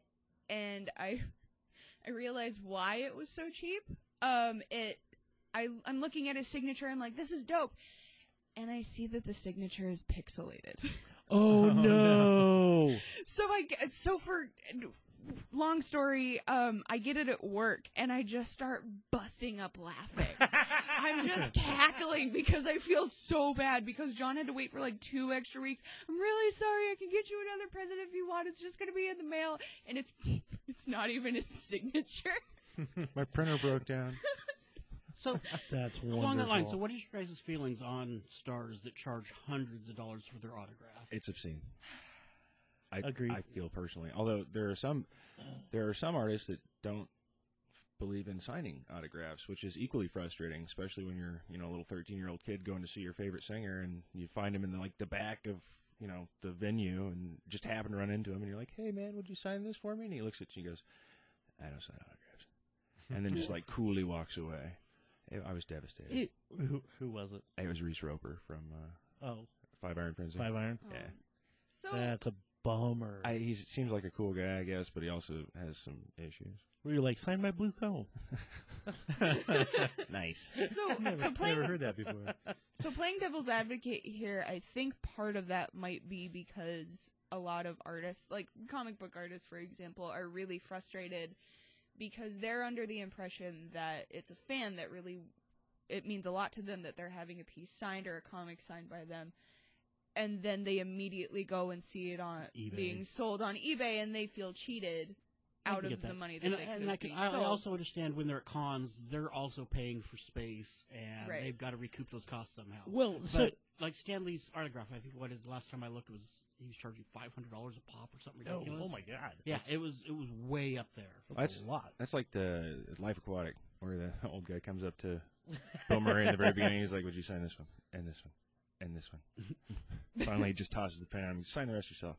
and I I realize why it was so cheap. Um, it I I'm looking at his signature. I'm like, this is dope, and I see that the signature is pixelated. Oh, Oh, no. no. so I g- so for long story, um, I get it at work, and I just start busting up laughing. I'm just cackling because I feel so bad because John had to wait for like two extra weeks. I'm really sorry. I can get you another present if you want. It's just gonna be in the mail, and it's it's not even his signature. My printer broke down. So That's wonderful. along that line, so what is your guys' feelings on stars that charge hundreds of dollars for their autograph? It's obscene. I Agreed. I feel personally, although there are some, there are some artists that don't f- believe in signing autographs, which is equally frustrating, especially when you're you know a little 13 year old kid going to see your favorite singer and you find him in the, like the back of you know the venue and just happen to run into him and you're like, hey man, would you sign this for me? And he looks at you and goes, I don't sign autographs, and then just like coolly walks away. I- I was devastated. It, It- who, who was it? was Reese Roper from uh, Oh, Five Iron Frenzy. Five Iron. Yeah. Um, So That's a bummer. I, he seems like a cool guy, I guess, but he also has some issues. Were you like, sign my blue cone? nice. So, Never, so playing never heard that before. So playing devil's advocate here, I think part of that might be because a lot of artists, like comic book artists for example, are really frustrated because they're under the impression that it's a fan that really it means a lot to them that they're having a piece signed or a comic signed by them. And then they immediately go and see it on eBay. being sold on eBay and they feel cheated I out can of get the that. money that And, they could and I, have can, been I I sold. also understand when they're at cons, they're also paying for space, and Right. they've got to recoup those costs somehow. Well, but so like Stanley's autograph, I think what is the last time I looked was he was charging five hundred dollars a pop or something oh, ridiculous. oh my god, Yeah, it was it was way up there. that's, That's- a lot. That's like the Life Aquatic, where the old guy comes up to Bill Murray in the very beginning. He's like, "Would you sign this one and this one and this one?" Finally, he just tosses the pen. at him. sign the rest yourself.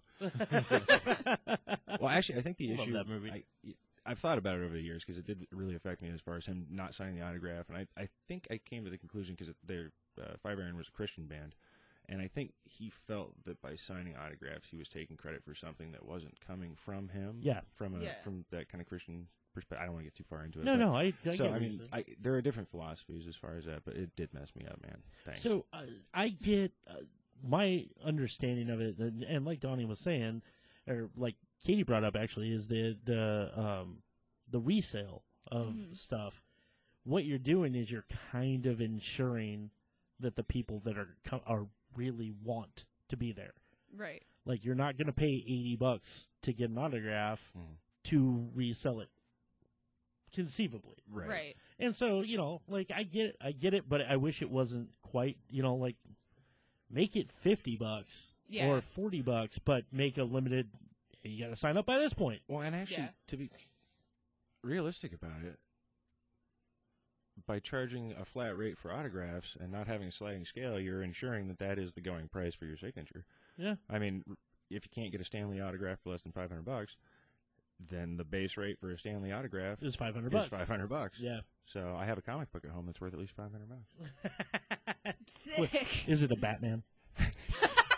Well, actually, I think the Love issue. that movie. I, I've thought about it over the years because it did really affect me as far as him not signing the autograph, and I, I think I came to the conclusion because their uh, Five Iron was a Christian band, and I think he felt that by signing autographs, he was taking credit for something that wasn't coming from him. Yeah. from a, Yeah. from that kind of Christian perspective. I don't want to get too far into it. no, but- no, I, I so get I what you're mean, saying. I, there are different philosophies as far as that, but it did mess me up, man. Thanks. So uh, I get uh, my understanding of it, uh, and, and like Donnie was saying, or like Katie brought up actually, is the the um, the resale of Mhm. stuff. What you're doing is you're kind of ensuring that the people that are co- are really want to be there. right. Like you're not going to pay eighty bucks to get an autograph Mhm. to resell it, conceivably. Right. And so, you know, like I get I get it, but I wish it wasn't quite, you know, like make it 50 bucks Yeah. or 40 bucks, but make a limited you got to sign up by this point. Well, and actually, Yeah. to be realistic about it, by charging a flat rate for autographs and not having a sliding scale, you're ensuring that that is the going price for your signature. Yeah. I mean, r- if you can't get a Stanley autograph for less than 500 bucks, then the base rate for a Stanley autograph It's 500 is bucks. 500 bucks. Yeah. So I have a comic book at home that's worth at least 500 bucks. Sick. Is it a Batman?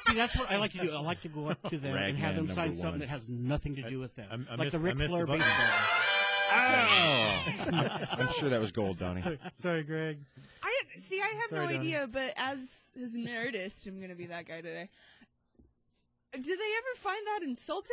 See, that's what I like to do. I like to go up to them and have Ragman them sign number something one. that has nothing to I- do with them, I- I like missed- the I Ric missed the Flair button. baseball. I'm sure that was gold, Donnie. sorry, sorry, Greg. I see. I have Sorry, no Donnie. idea, but as as an artist, I'm gonna be that guy today. Do they ever find that insulting?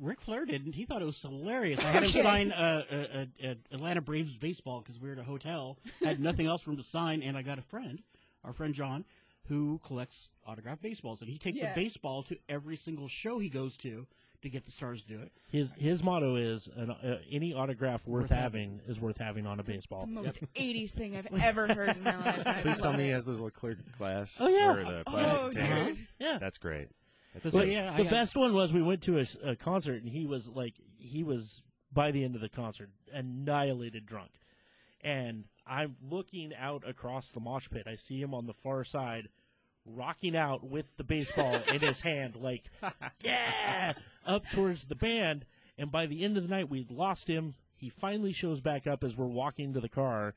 Ric Flair didn't. He thought it was hilarious. I had him Okay. sign uh, uh, uh, uh, Atlanta Braves baseball because we were at a hotel. had nothing else for him to sign, and I got a friend, our friend John, who collects autographed baseballs, and he takes Yeah. a baseball to every single show he goes to to get the stars to do it. His his motto is an, uh, any autograph worth, Worth having is worth having on a That's baseball. the most '80s thing I've ever heard in my life. and I Please tell love me he it. has those little clear glass. Oh, yeah. Or the plastic Oh, tank. dude. Yeah. That's great. But That's so, great. Oh, yeah, the I, best one was we went to a, a concert and he was like he was by the end of the concert annihilated drunk and i'm looking out across the mosh pit i see him on the far side rocking out with the baseball in his hand like yeah up towards the band and by the end of the night we'd lost him he finally shows back up as we're walking to the car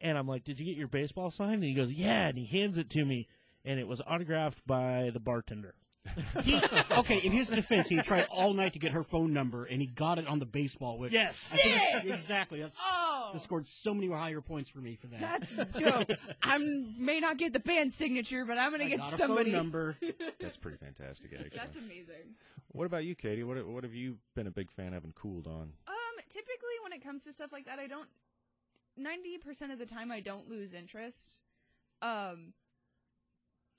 and i'm like did you get your baseball signed and he goes yeah and he hands it to me and it was autographed by the bartender he, okay, in his defense, he tried all night to get her phone number, and he got it on the baseball. Which Yes. I think- exactly. That's Oh, that scored so many higher points for me for that. that's a joke. I may not get the band signature, but I'm gonna I get got a phone somebody. number. That's pretty fantastic, actually. That's amazing. what about you, Katie? What what have you been a big fan of and cooled on? Um, typically when it comes to stuff like that, I don't. Ninety percent of the time, I don't lose interest. Um,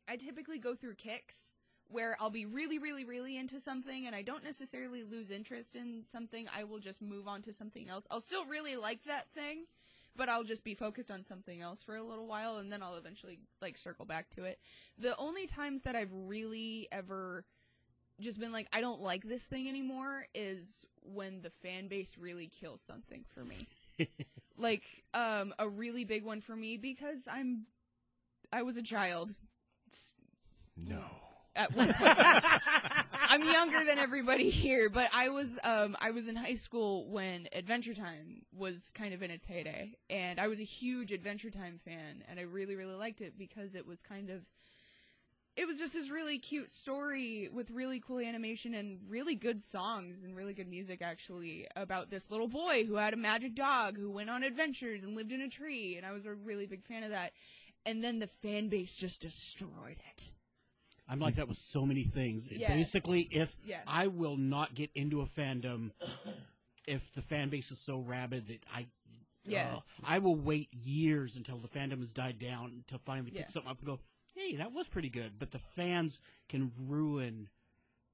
I typically go through kicks where I'll be really, really, really into something, and I don't necessarily lose interest in something. I will just move on to something else. I'll still really like that thing, but I'll just be focused on something else for a little while, and then I'll eventually like circle back to it. The only times that I've really ever just been like, I don't like this thing anymore is when the fan base really kills something for me. like, um, a really big one for me because I'm, I was a child s- No. at one point. I'm younger than everybody here, but I was, um, I was in high school when Adventure Time was kind of in its heyday, and I was a huge Adventure Time fan, and I really, really liked it because it was kind of it was just this really cute story with really cool animation and really good songs and really good music actually about this little boy who had a magic dog who went on adventures and lived in a tree and I was a really big fan of that. And then the fan base just destroyed it. I'm like that with so many things. It Yeah. Basically, if Yeah. I will not get into a fandom, if the fan base is so rabid that I, Yeah. Ugh. I will wait years until the fandom has died down to finally pick Yeah. something up and go, hey, that was pretty good. But the fans can ruin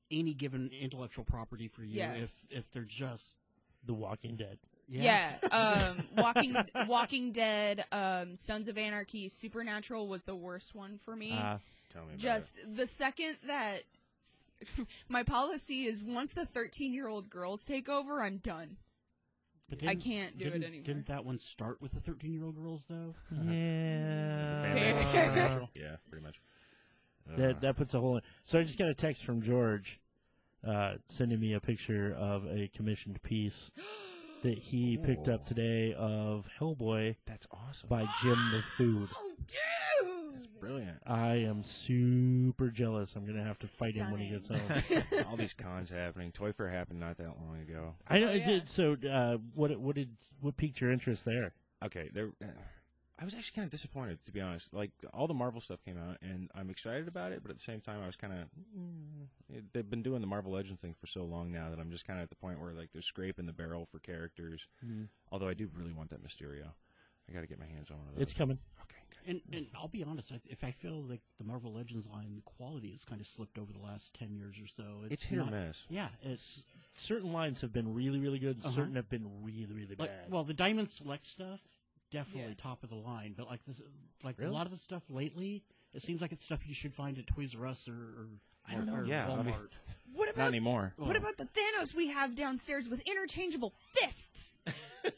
any given intellectual property for you Yeah. if if they're just The Walking Dead. Yeah. Um, Walking Walking Dead, um, Sons of Anarchy, Supernatural was the worst one for me. Uh, Tell me about Just the second that my policy is once the 13 year old girls take over, I'm done. But I didn't- can't do it didn't- anymore. Didn't that one start with the 13 year old girls though? it. yeah. Fan base is Fair. supernatural. yeah, pretty much. Uh, That Ugh. that puts a whole. So I just got a text from George, uh, sending me a picture of a commissioned piece that he picked up Cool. today of Hellboy that's awesome. by Jim the Food. Oh, dude! That's brilliant. I am super jealous. I'm gonna have to fight him when he gets Stunning. home. All these cons happening. Toy Fair happened not that long ago. I know. Oh, I yeah. did. So uh, what what did what piqued your interest there? okay, there. Uh, I was actually kind of disappointed, to be honest. Like all the Marvel stuff came out, and I'm excited about it, but at the same time, I was kind of. They've been doing the Marvel Legends thing for so long now that I'm just kind of at the point where like they're scraping the barrel for characters. Although I do really want that Mysterio. I got to get my hands on one of those. It's coming. okay. good. And, and I'll be honest, I- if I feel like the Marvel Legends line, the quality has kind of slipped over the last 10 years or so. It's, hit not- or miss. Yeah, it's Certain lines have been really really good. Uh-huh. Certain have been really really like, bad. well, the Diamond Select stuff, definitely Yeah. top of the line, but like this, like a Really? lot of the stuff lately, it seems like it's stuff you should find at Toys R Us or, or I don't know. or Yeah, I Walmart. mean- What Not about anymore. what about the Thanos we have downstairs with interchangeable fists? I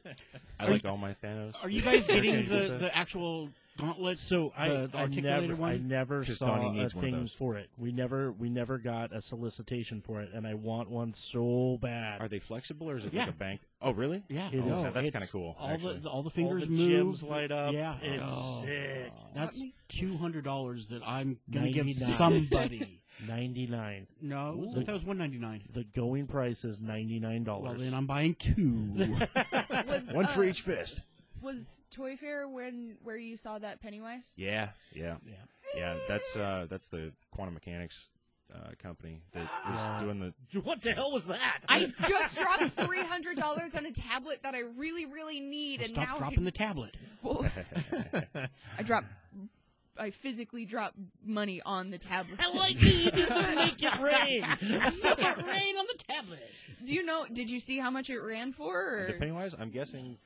Are like all my Thanos. Are you guys getting Interchangeable the, stuff. the actual gauntlets? So I, The- the I articulated never, one? I never Just saw Donnie a needs one of thing those. for it. We never, we never got a solicitation for it, and I want one so bad. Are they flexible or is it Yeah. like a bank? Oh, really? Yeah, It Oh, is. so that's it's- kind of cool. All actually. the, the all the All fingers the move. gems light up. Yeah, it's Oh. sick. Stop That's me. two hundred dollars that I'm gonna give 99. somebody. Ninety nine. No, it was- Ooh. that was one ninety nine. The going price is ninety nine Well, dollars. then I'm buying two. Was, One for uh, each fist. Was Toy Fair when where you saw that Pennywise? Yeah, yeah. yeah. Yeah, that's uh, that's the quantum mechanics uh, company that was Yeah. doing the. what the hell was that? I just dropped three hundred dollars on a tablet that I really, really need, Well, and stop now dropping I, the tablet. Well, I dropped. I physically dropped money on the tablet. I like that you did the make it rain. Suck it rain on the tablet. Do you know? Did you see how much it ran for? the Or? Pennywise. I'm guessing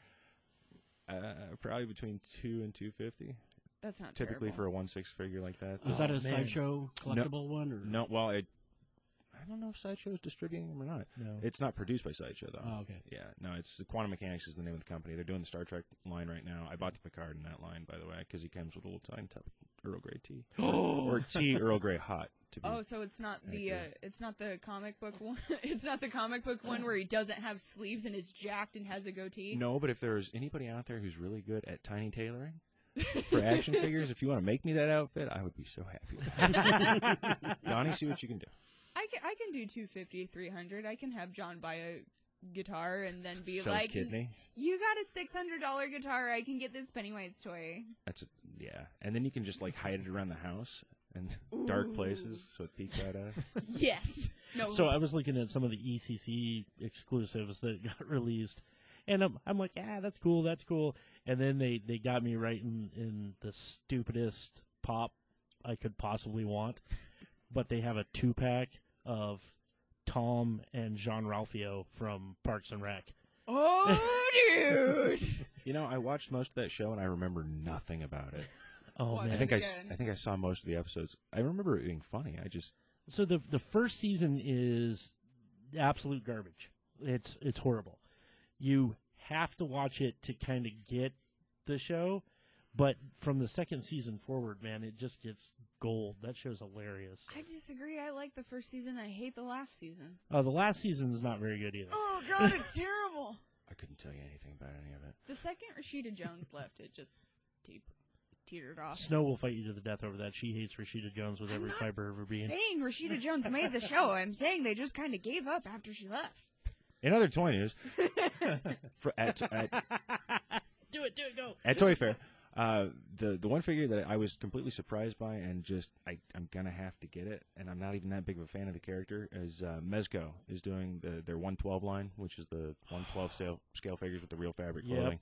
uh, probably between two and two fifty, That's not typically terrible. for a one six figure like that. Was that a Oh, man. sideshow collectible one or No, well, it, I don't know if Sideshow is distributing them or not. No. It's not produced by Sideshow though. Oh, okay. Yeah, no, it's Quantum Mechanics is the name of the company. They're doing the Star Trek line right now. I bought the Picard in that line, by the way, because he comes with a little tiny cup of Earl Grey tea, or tea Earl Grey hot. To be Oh, so it's not the uh, Accurate. it's not the comic book one. it's not the comic book one where he doesn't have sleeves and is jacked and has a goatee. No, but if there's anybody out there who's really good at tiny tailoring for action figures, if you want to make me that outfit, I would be so happy. with it. Donnie, see what you can do. I can, I can do 250, 300. I can have John buy a guitar and then be so like, kidney. "You got a six hundred dollar guitar. I can get this Pennywise toy." That's a, yeah, and then you can just like hide it around the house and Ooh. dark places so it peeks out at us. yes. No. So I was looking at some of the ECC exclusives that got released, and I'm, I'm like, ah, that's cool, that's cool. And then they, they got me right in, in the stupidest pop I could possibly want. But they have a two pack of Tom and Jean Ralphio from Parks and Rec. oh, dude. You know, I watched most of that show and I remember nothing about it. Oh Watch man! I think I, s- Again. I think I saw most of the episodes. I remember it being funny. I just So the the first season is absolute garbage. It's it's horrible. You have to watch it to kind of get the show, but from the second season forward, man, it just gets gold. That show's hilarious. I disagree. I like the first season. I hate the last season. Uh, the last season's not very good either. Oh God, it's terrible. I couldn't tell you anything about any of it. The second Rashida Jones left, it just deep, teetered off. Snow will fight you to the death over that. She hates Rashida Jones with I'm every not fiber of her being. Saying Rashida Jones made the show, I'm saying they just kind of gave up after she left. In other toy news, for, at, at, do it, do it, go. at Toy Fair, uh, the the one figure that I was completely surprised by and just I I'm gonna have to get it, and I'm not even that big of a fan of the character is uh, Mezco is doing the, their 112 line, which is the 112 scale scale figures with the real fabric Yep. clothing.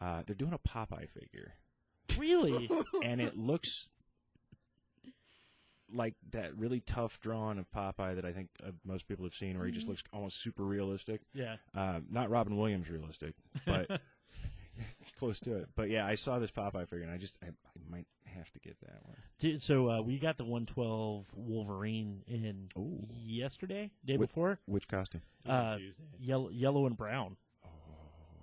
Yeah. Uh, they're doing a Popeye figure, Really? and it looks like that really tough drawing of Popeye that I think uh, most people have seen, where he just looks almost super realistic. yeah. Uh, not Robin Williams realistic, but close to it. But yeah, I saw this Popeye figure, and I just I, I might have to get that one. Dude, so uh, we got the 112 Wolverine in Ooh. yesterday, day With- before. Which costume? Uh, Tuesday. Yellow, yellow and brown Oh,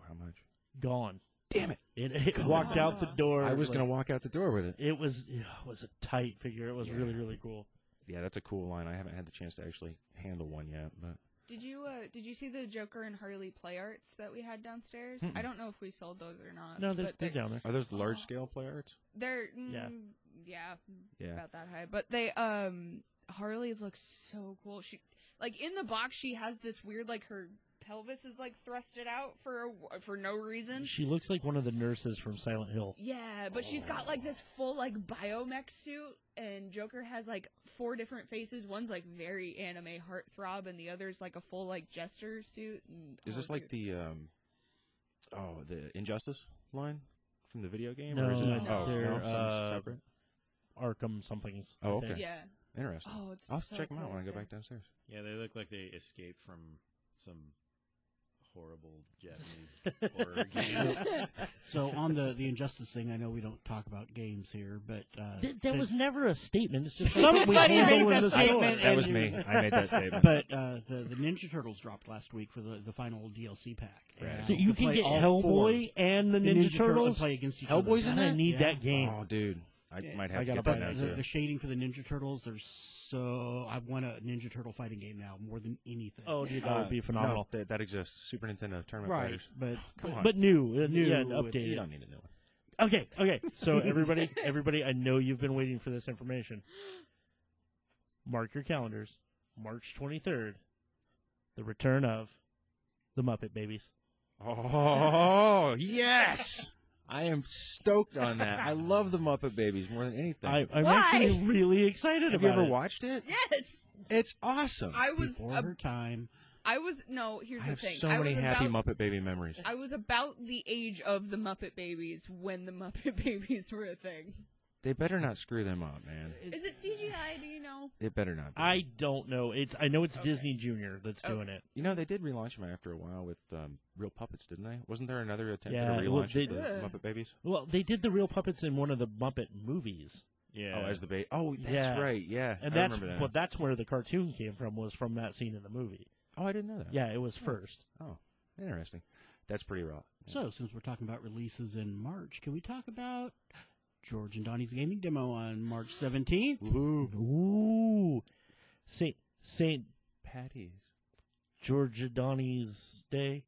how much? gone. Damn it! It, it walked out the door. I was like- gonna walk out the door with it. It was it was a tight figure. It was Yeah. really really cool. Yeah, that's a cool line. I haven't had the chance to actually handle one yet, but Did you uh, did you see the Joker and Harley play arts that we had downstairs? Mm-mm. I don't know if we sold those or not. No, they're, but they're down there. are those large scale play arts? They're Yeah. mm, yeah, Yeah. about that high. But they um Harley looks so cool. She like in the box she has this weird like her pelvis is like thrusted out for a, for no reason. She looks like one of the nurses from Silent Hill. Yeah, but she's got like this full like biomech suit, and Joker has like four different faces. One's like very anime heartthrob, and the other's like a full like jester suit. And, Is oh, this like dude. the um, oh, the Injustice line from the video game, No, or is it? no, oh, they're, no, something uh, separate. Arkham something's. Oh, I think. okay. yeah? Interesting. Oh, it's. I'll have so to check them out cool when I go looking. back downstairs. Yeah, they look like they escaped from some horrible Japanese horror game. So on the the injustice thing, I know we don't talk about games here, but uh, Th- that but- was never a statement. It's just Somebody something we made handle that in the statement. store. That was me. I made that statement. But uh, the the Ninja Turtles dropped last week for the, the final DLC pack. Right. And So you can play get all four. Hellboy and the And Ninja, Turtle and Turtles. play against each Hellboy's other. in God, I that? need Yeah. that game. oh, dude, I Yeah. might I have to gotta get buy that But uh, now that the, too. the shading for the Ninja Turtles, there's so I want a Ninja Turtle fighting game now more than anything. Oh, dude, that would be Uh, phenomenal. no, that, that exists. Super Nintendo tournament right, fighters. but Come on, But new, uh, New yeah, and with- you updated. don't need to know. it. Okay, okay. So everybody, everybody, I know you've been waiting for this information. Mark your calendars. March 23rd, the return of the Muppet Babies. Oh yes, I am stoked on that. I love the Muppet Babies more than anything. I, I'm Why? actually really excited have you about ever it. watched it? Yes, It's awesome. I was. before ab- her time. I was no. Here's I the have thing. so I many was happy about, Muppet Baby memories. I was about the age of the Muppet Babies when the Muppet Babies were a thing. They better not screw them up, man. Is it CGI? Do you know? It better not. Be. I don't know. It's I know it's Okay. Oh. Disney Junior that's Okay. doing it. you know, they did relaunch them after a while with um, real puppets, didn't they? Wasn't there another attempt Yeah, at a well, relaunch they- of the Ugh. Muppet Babies? Well, they did the real puppets in one of the Muppet movies, yeah. Oh, as the baby. Oh, that's Yeah. right. Yeah, and I that's remember that. well, that's where the cartoon came from. Was from that scene in the movie. oh, I didn't know that. Yeah, it was first. Oh, interesting. That's pretty raw. So since we're talking about releases in March, can we talk about George and Donnie's gaming demo on March 17th? Ooh, Saint Saint patties. Georgia Donnie's Day.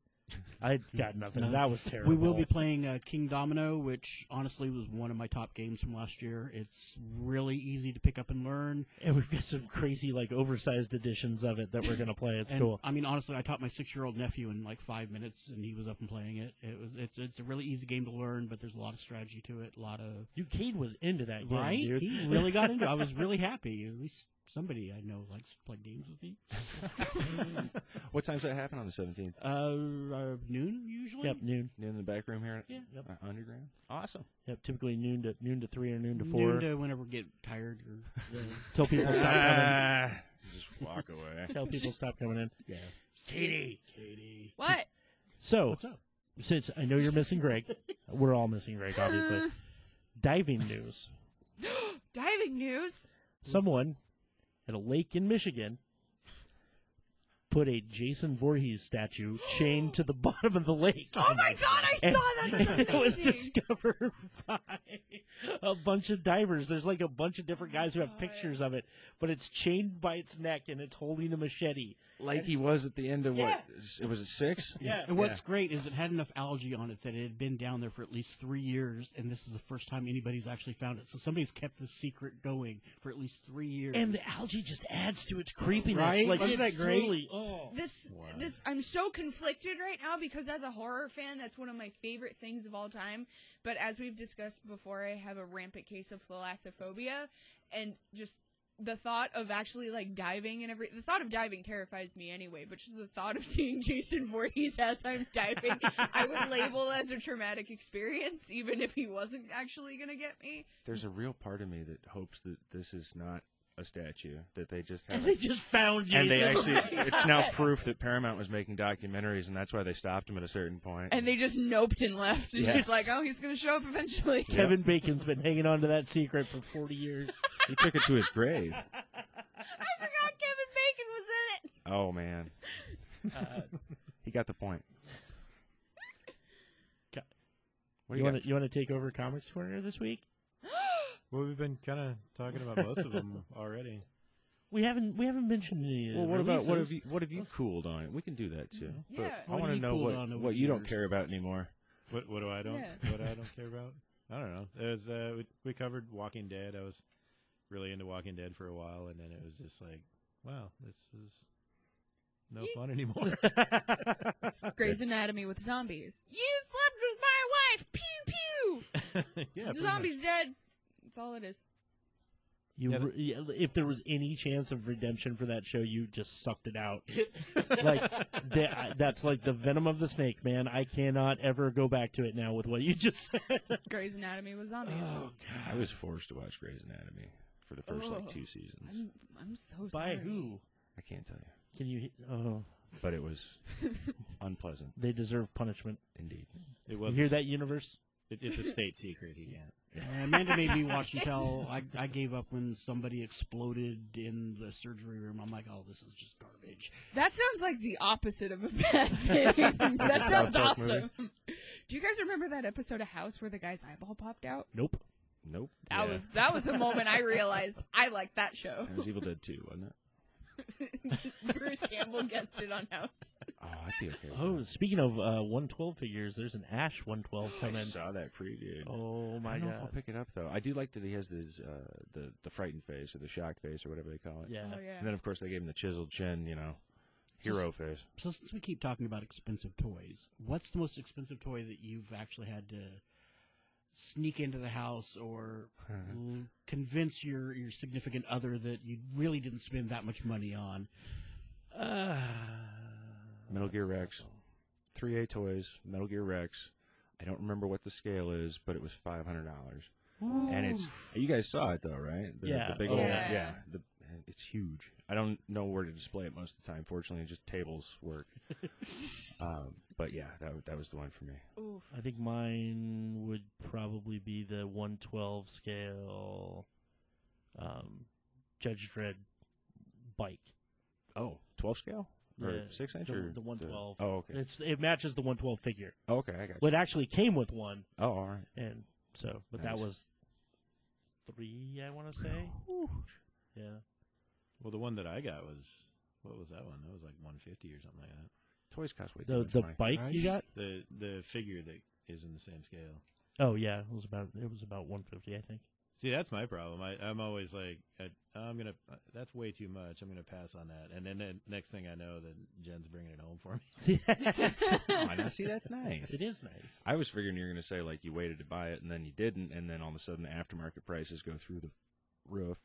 I got nothing. No. That was terrible. We will be playing uh, King Domino, which honestly was one of my top games from last year. It's really easy to pick up and learn. and we've got some crazy like oversized editions of it that we're gonna play. It's and cool. I mean, honestly, I taught my six-year-old nephew in like five minutes, and he was up and playing it. It was it's it's a really easy game to learn, but there's a lot of strategy to it, a lot of Dude, Cade was into that game, right. dude. He really got into. it. I was really happy. At least somebody I know likes to play games with me. what time's that happen on the seventeenth? Uh, uh noon usually. Yep, noon. In the back room here, Yeah. Yep. uh, underground. Awesome. Yep, typically noon to noon to three or noon to four Noon to whenever we get tired or till people stop coming. Just walk away. Till people stop coming in. yeah. Katie. Katie, What? So what's up? since I know you're missing Greg, we're all missing Greg, obviously. Diving news. Diving news. Hmm. Someone at a lake in Michigan put a Jason Voorhees statue chained to the bottom of the lake. Oh my god, I And- saw that. That's and it was amazing. discovered by a bunch of divers. There's like a bunch of different guys who have God. pictures of it, but it's chained by its neck and it's holding a machete. Like he was at the end of what? It was a six. Yeah. And what's great is it had enough algae on it that it had been down there for at least three years, and this is the first time anybody's actually found it. So somebody's kept the secret going for at least three years. And the algae just adds to its creepiness. Right? Like Wasn't it's that great? totally- oh. This Wow. this I'm so conflicted right now because as a horror fan, that's one of my favorite things of all time. But as we've discussed before, I have a rampant case of thalassophobia and just the thought of actually like diving and every the thought of diving terrifies me anyway, but just the thought of seeing Jason Voorhees as I'm diving, I would label as a traumatic experience, even if he wasn't actually gonna get me. There's a real part of me that hopes that this is not a statue that they just have. And a- they just found Jason. and they actually, Right. it's now proof that Paramount was making documentaries, and that's why they stopped him at a certain point. And they just noped and left. And Yes. it's like, oh, he's gonna show up eventually. Kevin Bacon's been hanging on to that secret for 40 years. he took it to his grave. I forgot Kevin Bacon was in it. Oh man, Uh, he got the point. Ca- What you do you, want got? to you want to take over Comics Corner this week? Well, we've been kind of talking about both of them already. We haven't we haven't mentioned any. uh, Well, what about what releases. have you what have you cooled on? We can do that too. But Yeah. I What want have to you know cooled what, on over what the you don't years? care about anymore. What what do I don't Yeah. what I don't care about? I don't know. There's uh, we, we covered Walking Dead. I was really into Walking Dead for a while, and then it was just like, wow, this is no Yeet. fun anymore. Grey's Anatomy with zombies. You slept with my wife. Pew pew. yeah, pretty zombies dead. That's all it is. You Yeah, the- re- yeah, if there was any chance of redemption for that show, you just sucked it out. much. like that, I- that's like the venom of the snake, man. I cannot ever go back to it now with what you just said. Grey's Anatomy with zombies. I was forced to watch Grey's Anatomy for the first like Ugh. two seasons. I'm, I'm so By sorry. who? I can't tell you, Can you? Oh, but it was unpleasant they deserve punishment. indeed. it You was hear that, universe? It, it's a state secret. He can't. And Amanda made me watch until I, I gave up when somebody exploded in the surgery room. I'm like, oh, this is just garbage. That sounds like the opposite of a bad thing. that South sounds Park awesome. Do you guys remember that episode of House where the guy's eyeball popped out? Nope. Nope. That Yeah. was that was the moment I realized I liked that show. It was Evil Dead 2, wasn't it? Bruce Campbell guessed it on House. Oh, I'd be okay. with Oh, that. speaking of uh, 112 figures, there's an Ash 112 I coming. saw that preview. Oh I my don't know if I'll god! pick it up though. I do like that he has his uh, the the frightened face or the shock face or whatever they call it. Yeah. Oh yeah. And then of course they gave him the chiseled chin, you know, hero face. So since we keep talking about expensive toys, what's the most expensive toy that you've actually had to sneak into the house or l- convince your, your significant other that you really didn't spend that much money on? Uh, Metal Gear Rex, 3A toys, Metal Gear Rex. I don't remember what the scale is, but it was five hundred dollars, and it's you guys saw it though, right? The, Yeah. the big Oh, old yeah. yeah, the, it's huge. I don't know where to display it most of the time. Fortunately, just tables work. um, but yeah, that w- that was the one for me. Oof. I think mine would probably be the 112 scale um, Judge Dredd bike. Oh, 12 scale or Yeah, six inch the- or the 112. Oh, okay. It's, it matches the 112 figure. Oh, okay, I got. You. Well, it actually came with one, Oh, all right. and so, but Nice. that was three, I want to say. Yeah. Well, the one that I got was what was that one? That was like 150 or something like that. Toys cost way too The much the money. bike you got? the the figure that is in the same scale. Oh yeah, it was about it was about 150, I think. See, that's my problem. I, I'm always like, I, I'm gonna. That's way too much. I'm gonna pass on that. And then the next thing I know, that Jen's bringing it home for me. Come on, now, see, that's nice. It is nice. I was figuring you're going to say like you waited to buy it and then you didn't, and then all of a sudden the aftermarket prices go through the roof,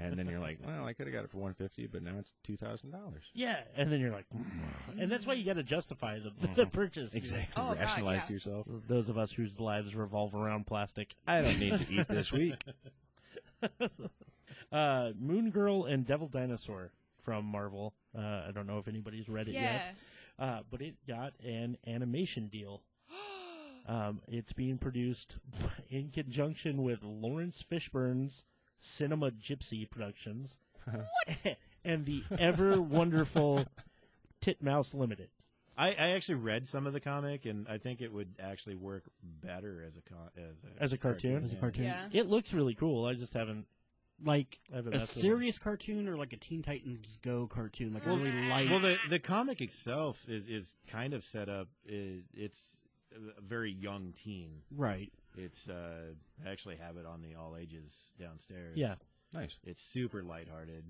and then you're like, well, I could have got it for 150, but now it's two thousand dollars. Yeah, and then you're like, "Mm." and that's why you got to justify the the Mhm. purchase. You're like, Oh, God, Rationalize yeah. to yourself. Those of us whose lives revolve around plastic. I don't need to eat this week. uh, Moon Girl and Devil Dinosaur from Marvel. Uh, I don't know if anybody's read it yet, Yeah. uh, but it got an animation deal. Um, it's being produced in conjunction with Lawrence Fishburne's Cinema Gypsy Productions and the ever wonderful Titmouse Limited. I, I actually read some of the comic, and I think it would actually work better as a con- as a As a cartoon? As a yeah. cartoon. Yeah. It looks really cool. I just haven't. Like I haven't a messed with it. serious cartoon or like a Teen Titans Go cartoon, like Well, a really light. Well, the the comic itself is is kind of set up. i it's a very young teen. right. It's uh, I actually have it on the all ages downstairs. Yeah. Nice. it's super lighthearted.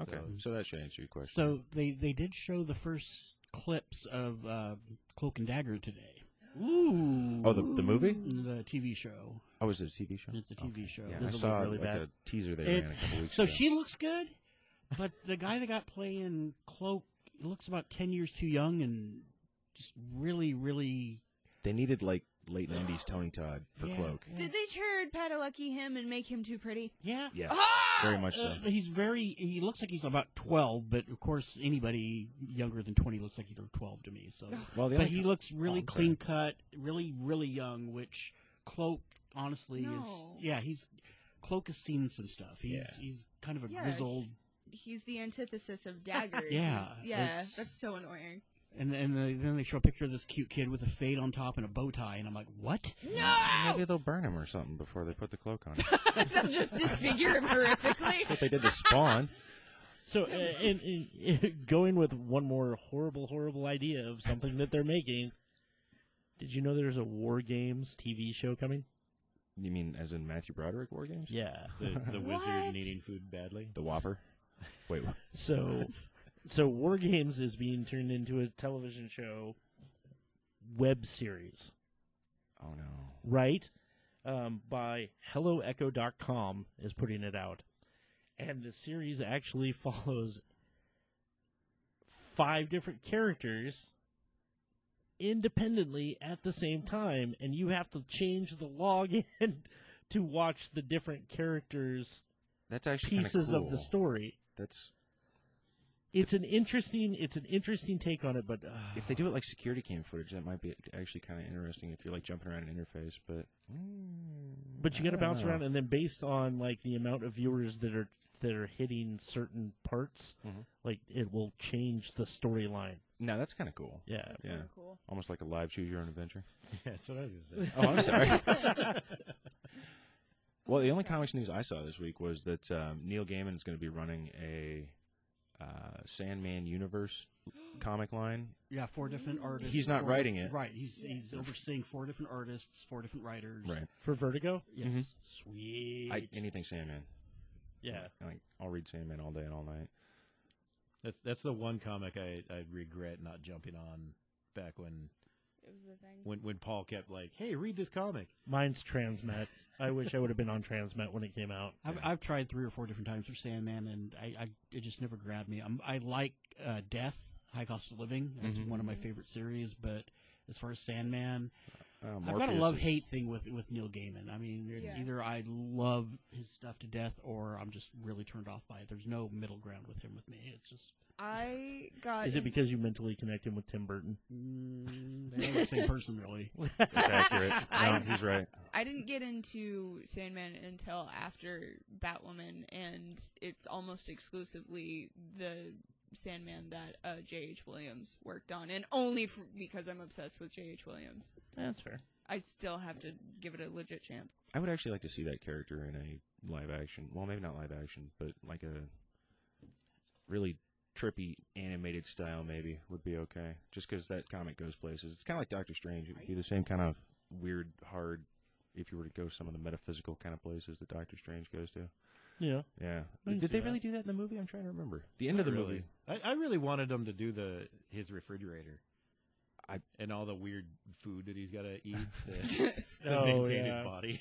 Okay. So- So, that should answer your question. So they they did show the first clips of uh, Cloak and Dagger today. Ooh. Oh, the, the movie? The TV show. Oh, was it a TV show? It's a TV show. Yeah, I This is saw really like bad. a teaser they It- ran a couple weeks So ago. she looks good, but the guy that got playing Cloak looks about ten years too young and just really, really. they needed like late '90s Tony Todd for yeah, Cloak. yeah. Did they turd Padalecki him and make him too pretty? Yeah. Yeah, Oh! very much so. Uh, he's very. He looks like he's about twelve, but of course, anybody younger than twenty looks like they're twelve to me. So, Well, the but only- he looks really okay. clean cut, really, really young. Which Cloak, honestly, No. is yeah. He's Cloak has seen some stuff. He's Yeah. he's kind of a Yeah. grizzled, He's the antithesis of Dagger. Yeah, He's- yeah, it's- that's so annoying. and and they- then they show a picture of this cute kid with a fade on top and a bow tie, and I'm like, what? maybe they'll burn him or something before they put the cloak on. him. They'll just disfigure him horrifically. That's what they did to Spawn. So, uh, and, and- going with one more horrible, horrible idea of something that they're making. Did you know there's a War Games TV show coming? You mean as in Matthew Broderick War Games? Yeah. The, the What? wizard needing food badly. The Whopper. Wait, what? So, so War Games is being turned into a television show web series, oh no. right? Um, by HelloEcho.com is putting it out, and the series actually follows five different characters independently at the same time, and you have to change the login to watch the different characters' That's actually kinda pieces of cool. the story. That's it's an interesting it's an interesting take on it but uh, if they do it like security cam footage, that might be actually kind of interesting if you're like jumping around an interface. But Mm, but you got I to don't bounce know. around and then based on like the amount of viewers that are that are hitting certain parts Mhm. like it will change the storyline No, that's kind of cool. yeah That's Yeah. really cool. Almost like a live choose your own adventure. That's what I was gonna say. Oh, I'm sorry. well, the only comics news I saw this week was that um, Neil Gaiman is going to be running a uh, Sandman universe comic line. Yeah, four different Mm. artists. He's not four- writing it. Right. He's he's overseeing four different artists, four different writers. Right. for vertigo Yes. Mhm. Sweet. I, anything Sandman. yeah Like, I'll read Sandman all day and all night. That's that's the one comic I, I regret not jumping on back when, It was the thing. when when Paul kept like, hey, read this comic. mine's transmet i wish i would have been on transmet when it came out I've, I've tried three or four different times for Sandman, and I, I it just never grabbed me. I'm, I like uh, Death, High Cost of Living. That's Mm-hmm. Mhm. one of my favorite series. But as far as Sandman, Uh, I've got a Morpheus love is- hate thing with with Neil Gaiman. I mean, it's Yeah. either I love his stuff to death, or I'm just really turned off by it. There's no middle ground with him with me. It's just I got. is it in- because you mentally connect him with tim burton mm, they're the same person, really. That's accurate. No, I- he's right. I didn't get into Sandman until after Batwoman, and it's almost exclusively the Sandman that uh, J.H. Williams worked on, and only f because I'm obsessed with J.H. Williams. that's fair I still have to give it a legit chance. I would actually like to see that character in a live action. Well, maybe not live action, but like a really trippy animated style. Maybe would be okay. Just because that comic goes places. It's kind of like Doctor Strange. It would be the same kind of weird, hard. If you were to go some of the metaphysical kind of places that Doctor Strange goes to. yeah Yeah. I can Did see they that. really do that in the movie? I'm trying to remember. The end of the Not movie. really. I, I really wanted him to do the his refrigerator. I- and all the weird food that he's got to eat to, to Oh, maintain yeah. his body.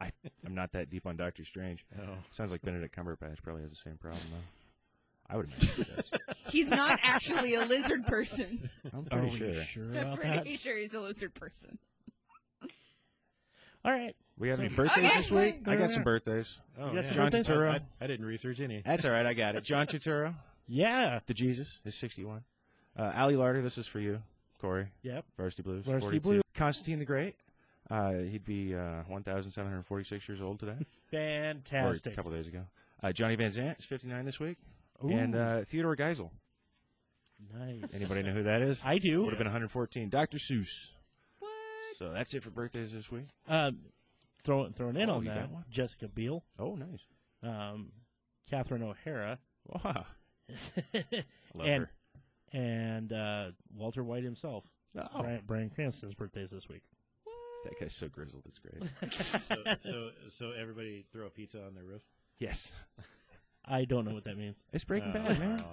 I'm not that deep on Doctor Strange. Oh. Sounds like Benedict Cumberbatch probably has the same problem though. I would imagine he does. He's not actually a lizard person. I'm Are pretty we sure. sure, I'm about pretty that? sure he's a lizard person. all right We have So- any birthdays Okay, this week? fine. I got some birthdays. Oh, You got some John birthdays? Turturro. I- I, I didn't research any. That's all right. I got it. John Turturro, yeah the Jesus, is 61. Uh, Ali Larter, this is for you, Corey. yep Varsity Blues. Varsity 42. Blues. Constantine the Great. Uh, he'd be uh, 1,746 years old today. or a fantastic couple days ago. Uh, Johnny Van Zant is 59 this week. Ooh. And uh, Theodore Geisel. Nice. Anybody know who that is? I do. Would have been 114. Dr. Seuss. What? So that's it for birthdays this week. Um, throwing throwing in Oh, on you that got one? Jessica Biel, Oh, nice. um, Catherine O'Hara, Wow. I love And- her. and uh, Walter White himself. Oh, Brian, Brian Cranston's birthday's this week. that guy's so grizzled. It's great. So, so, so everybody throw a pizza on their roof. yes. I don't know what that means. It's Breaking Oh, Bad, man. no.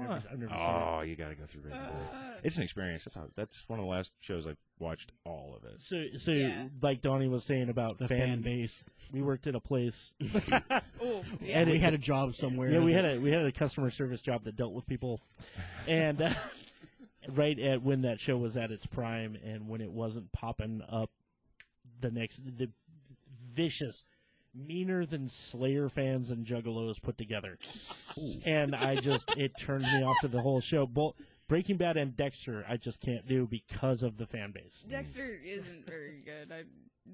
I've on. never- I've never oh, you got to go through Breaking Bad. Oh, It's an experience. That's how. That's one of the last shows I've watched all of it. So, so Yeah. like Donnie was saying about The fan, fan, base. we worked at a place. Oh, yeah. And we it- had a job somewhere. Yeah, we had a we had a customer service job that dealt with people, and uh, right at when that show was at its prime and when it wasn't popping up, the next the vicious, meaner than Slayer fans and Juggalos put together, and I just it turned me off to the whole show. Both Breaking Bad and Dexter, I just can't do because of the fan base. Dexter isn't very good. I,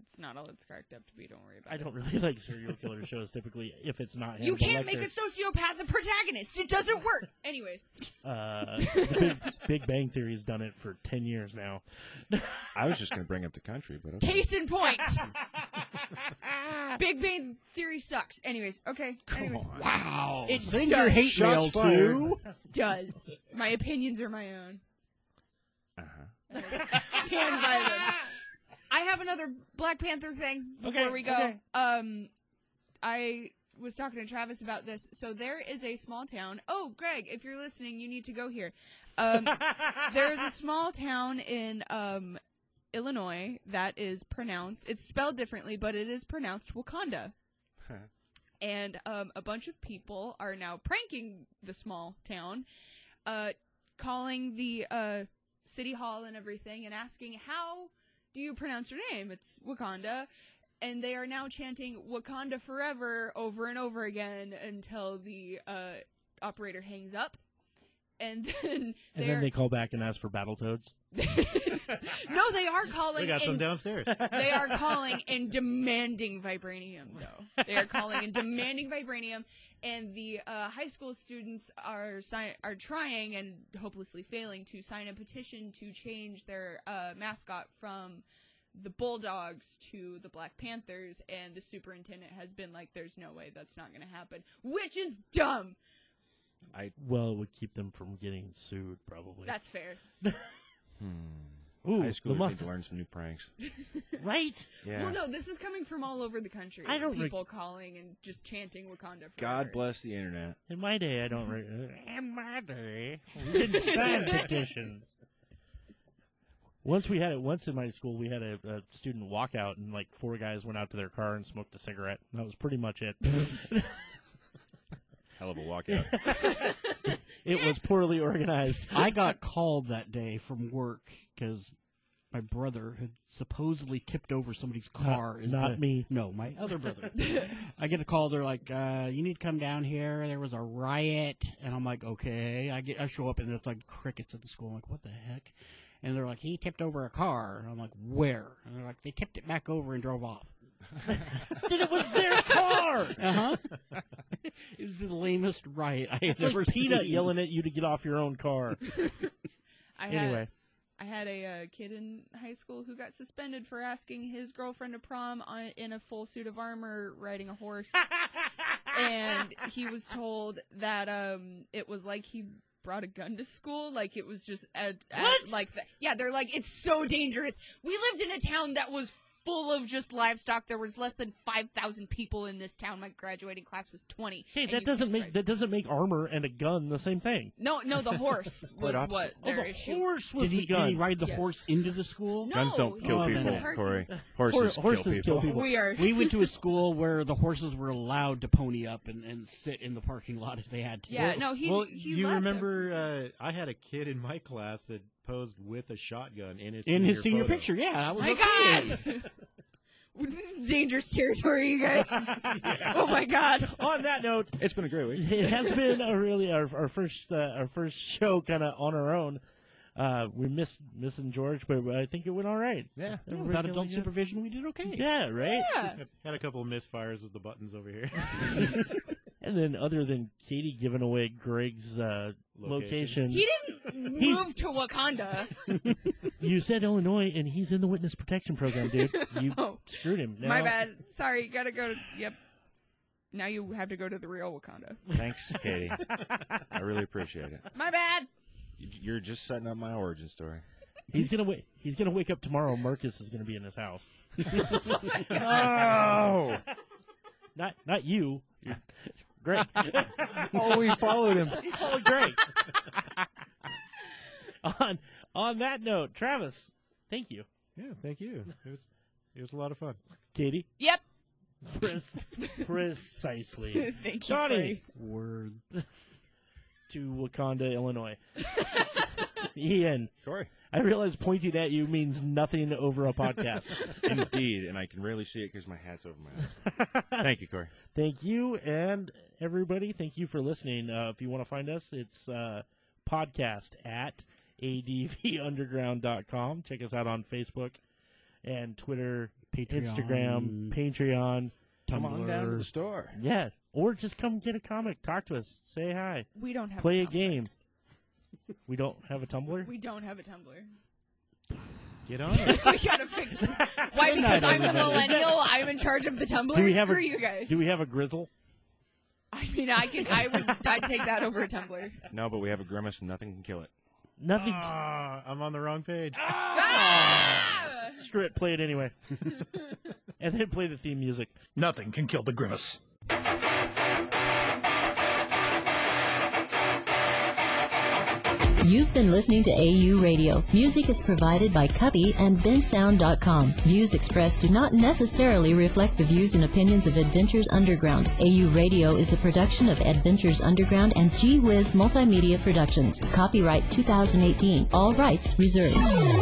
it's not all it's cracked up to be. Don't worry about I it. don't really like serial killer shows typically if it's not You Hannibal can't make a Lecter. sociopath a protagonist. It doesn't work. Anyways, Uh, Big, Big Bang Theory's done it for ten years now. I was just going to bring up the country, but okay. case in point. Big Bang Theory sucks. Anyways, okay. Come Anyways, on. wow. It Send your does. hate Shots mail fired. to. does. My opinions are my own. Uh-huh. Stand by them. I have another Black Panther thing before Okay, we go. okay. Um, I was talking to Travis about this. So there is a small town. Oh, Greg, if you're listening, you need to go here. Um, there is a small town in um, Illinois that is pronounced. It's spelled differently, but it is pronounced Wakanda. and um, a bunch of people are now pranking the small town, uh, calling the uh, city hall and everything, and asking how do you pronounce your name? It's Wakanda. And they are now chanting Wakanda forever over and over again until the uh, operator hangs up. And then And then they're- they call back and ask for Battletoads. no, they are calling. We got some and, downstairs. they are calling and demanding vibranium, though. They are calling and demanding vibranium, and the uh, high school students are si- are trying and hopelessly failing to sign a petition to change their uh, mascot from the Bulldogs to the Black Panthers. And the superintendent has been like, "There's no way that's not going to happen," which is dumb. Well, it would keep them from getting sued, probably. That's fair. Hmm. Ooh, High schoolers Lamar- need to learn some new pranks. right? Yeah. Well, no, this is coming from all over the country. I don't rec- people calling and just chanting Wakanda. Forever. God bless the internet. In my day, I don't. Re- in my day, we didn't sign petitions. Once we had it. Once in my school, we had a, a student walkout, and like four guys went out to their car and smoked a cigarette. And that was pretty much it. Hell of a walkout. it was poorly organized. I got called that day from work because my brother had supposedly tipped over somebody's car. Not- Is not the- me. No, my other brother. I get a call. They're like, uh, "You need to come down here. There was a riot." And I'm like, "Okay." I get, I show up and it's like crickets at the school. I'm like, "What the heck?" And they're like, "He tipped over a car." And I'm like, "Where?" And they're like, "They tipped it back over and drove off." then it was their car. Uh huh. it was the lamest riot I have Like ever Peanut seen. yelling at you to get off your own car. I had, anyway, I had a uh, kid in high school who got suspended for asking his girlfriend to prom on, in a full suit of armor riding a horse. and he was told that um it was like he brought a gun to school like it was just at, at- What? like the, yeah they're like it's so dangerous we lived in a town that was full of just livestock there was less than 5000 people in this town my graduating class was 20 hey, and that you doesn't can't make ride- that doesn't make armor and a gun the same thing. no no the horse was opposite. what Oh, their the issue horse was Did he, the did he gun. ride the Yes. horse into the school? No, Guns don't he kill was in people, the park- Corey. Hor- Horses, horses kill people. we are We went to a school where the horses were allowed to pony up and, and sit in the parking lot if they had to. Yeah, no, Oh, he well, he you left him. remember uh, I had a kid in my class that posed with a shotgun in his In his senior photo. picture, yeah, that was My a God! kid. This is dangerous territory, you guys. Oh my God! On that note, It's been a great week. it has been a really our, our first uh, our first show kind of on our own. Uh, we missed missing George, but I think it went all right. Yeah, Everybody Without feeling adult good? supervision, we did okay. Yeah, right. Yeah. had a couple of misfires with the buttons over here. And then, other than Katie giving away Greg's uh, location, He didn't He's- move to Wakanda. you said Illinois, and he's in the witness protection program, dude. You Oh, screwed him. My Now- bad. Sorry, gotta go to. Yep. Now you have to go to the real Wakanda. Thanks, Katie. I really appreciate it. My bad. You- You're just setting up my origin story. He's gonna wait. He's gonna wake up tomorrow. and Marcus is gonna be in his house. Oh! Not not you. Greg. oh, we followed him. oh, Greg. on on that note, Travis, thank you. Yeah, thank you. It was it was a lot of fun. Katie. Yep. Pres- precisely. Thank you. Johnny. Corey. Word. To Wakanda, Illinois. Ian, Corey. I realize pointing at you means nothing over a podcast. Indeed, and I can rarely see it because my hat's over my eyes. Thank you, Corey. thank you and everybody thank you for listening uh, if you want to find us it's uh, podcast at advunderground.com check us out on facebook and twitter Patreon. instagram patreon Come on down to the Tumblr. store. yeah or just come get a comic talk to us say hi We don't have play a a Tumblr. game we don't have a tumblr We don't have a Tumblr. Get on it. we gotta fix it. Why? Because I'm a millennial. I'm in charge of the Tumblr. Do we have a- Screw you guys. do we have a grizzle I mean, I can. I would. I'd take that over a Tumblr. No, but we have a grimace and nothing can kill it. nothing Ah, I'm on the wrong page. Ah! screw it play it anyway and then play the theme music Nothing can kill the grimace. You've been listening to AU Radio. Music is provided by Cubby and bensound.com. Views expressed do not necessarily reflect the views and opinions of Adventures Underground. AU Radio is a production of Adventures Underground and Gee Whiz Multimedia Productions. Copyright 2018. All rights reserved.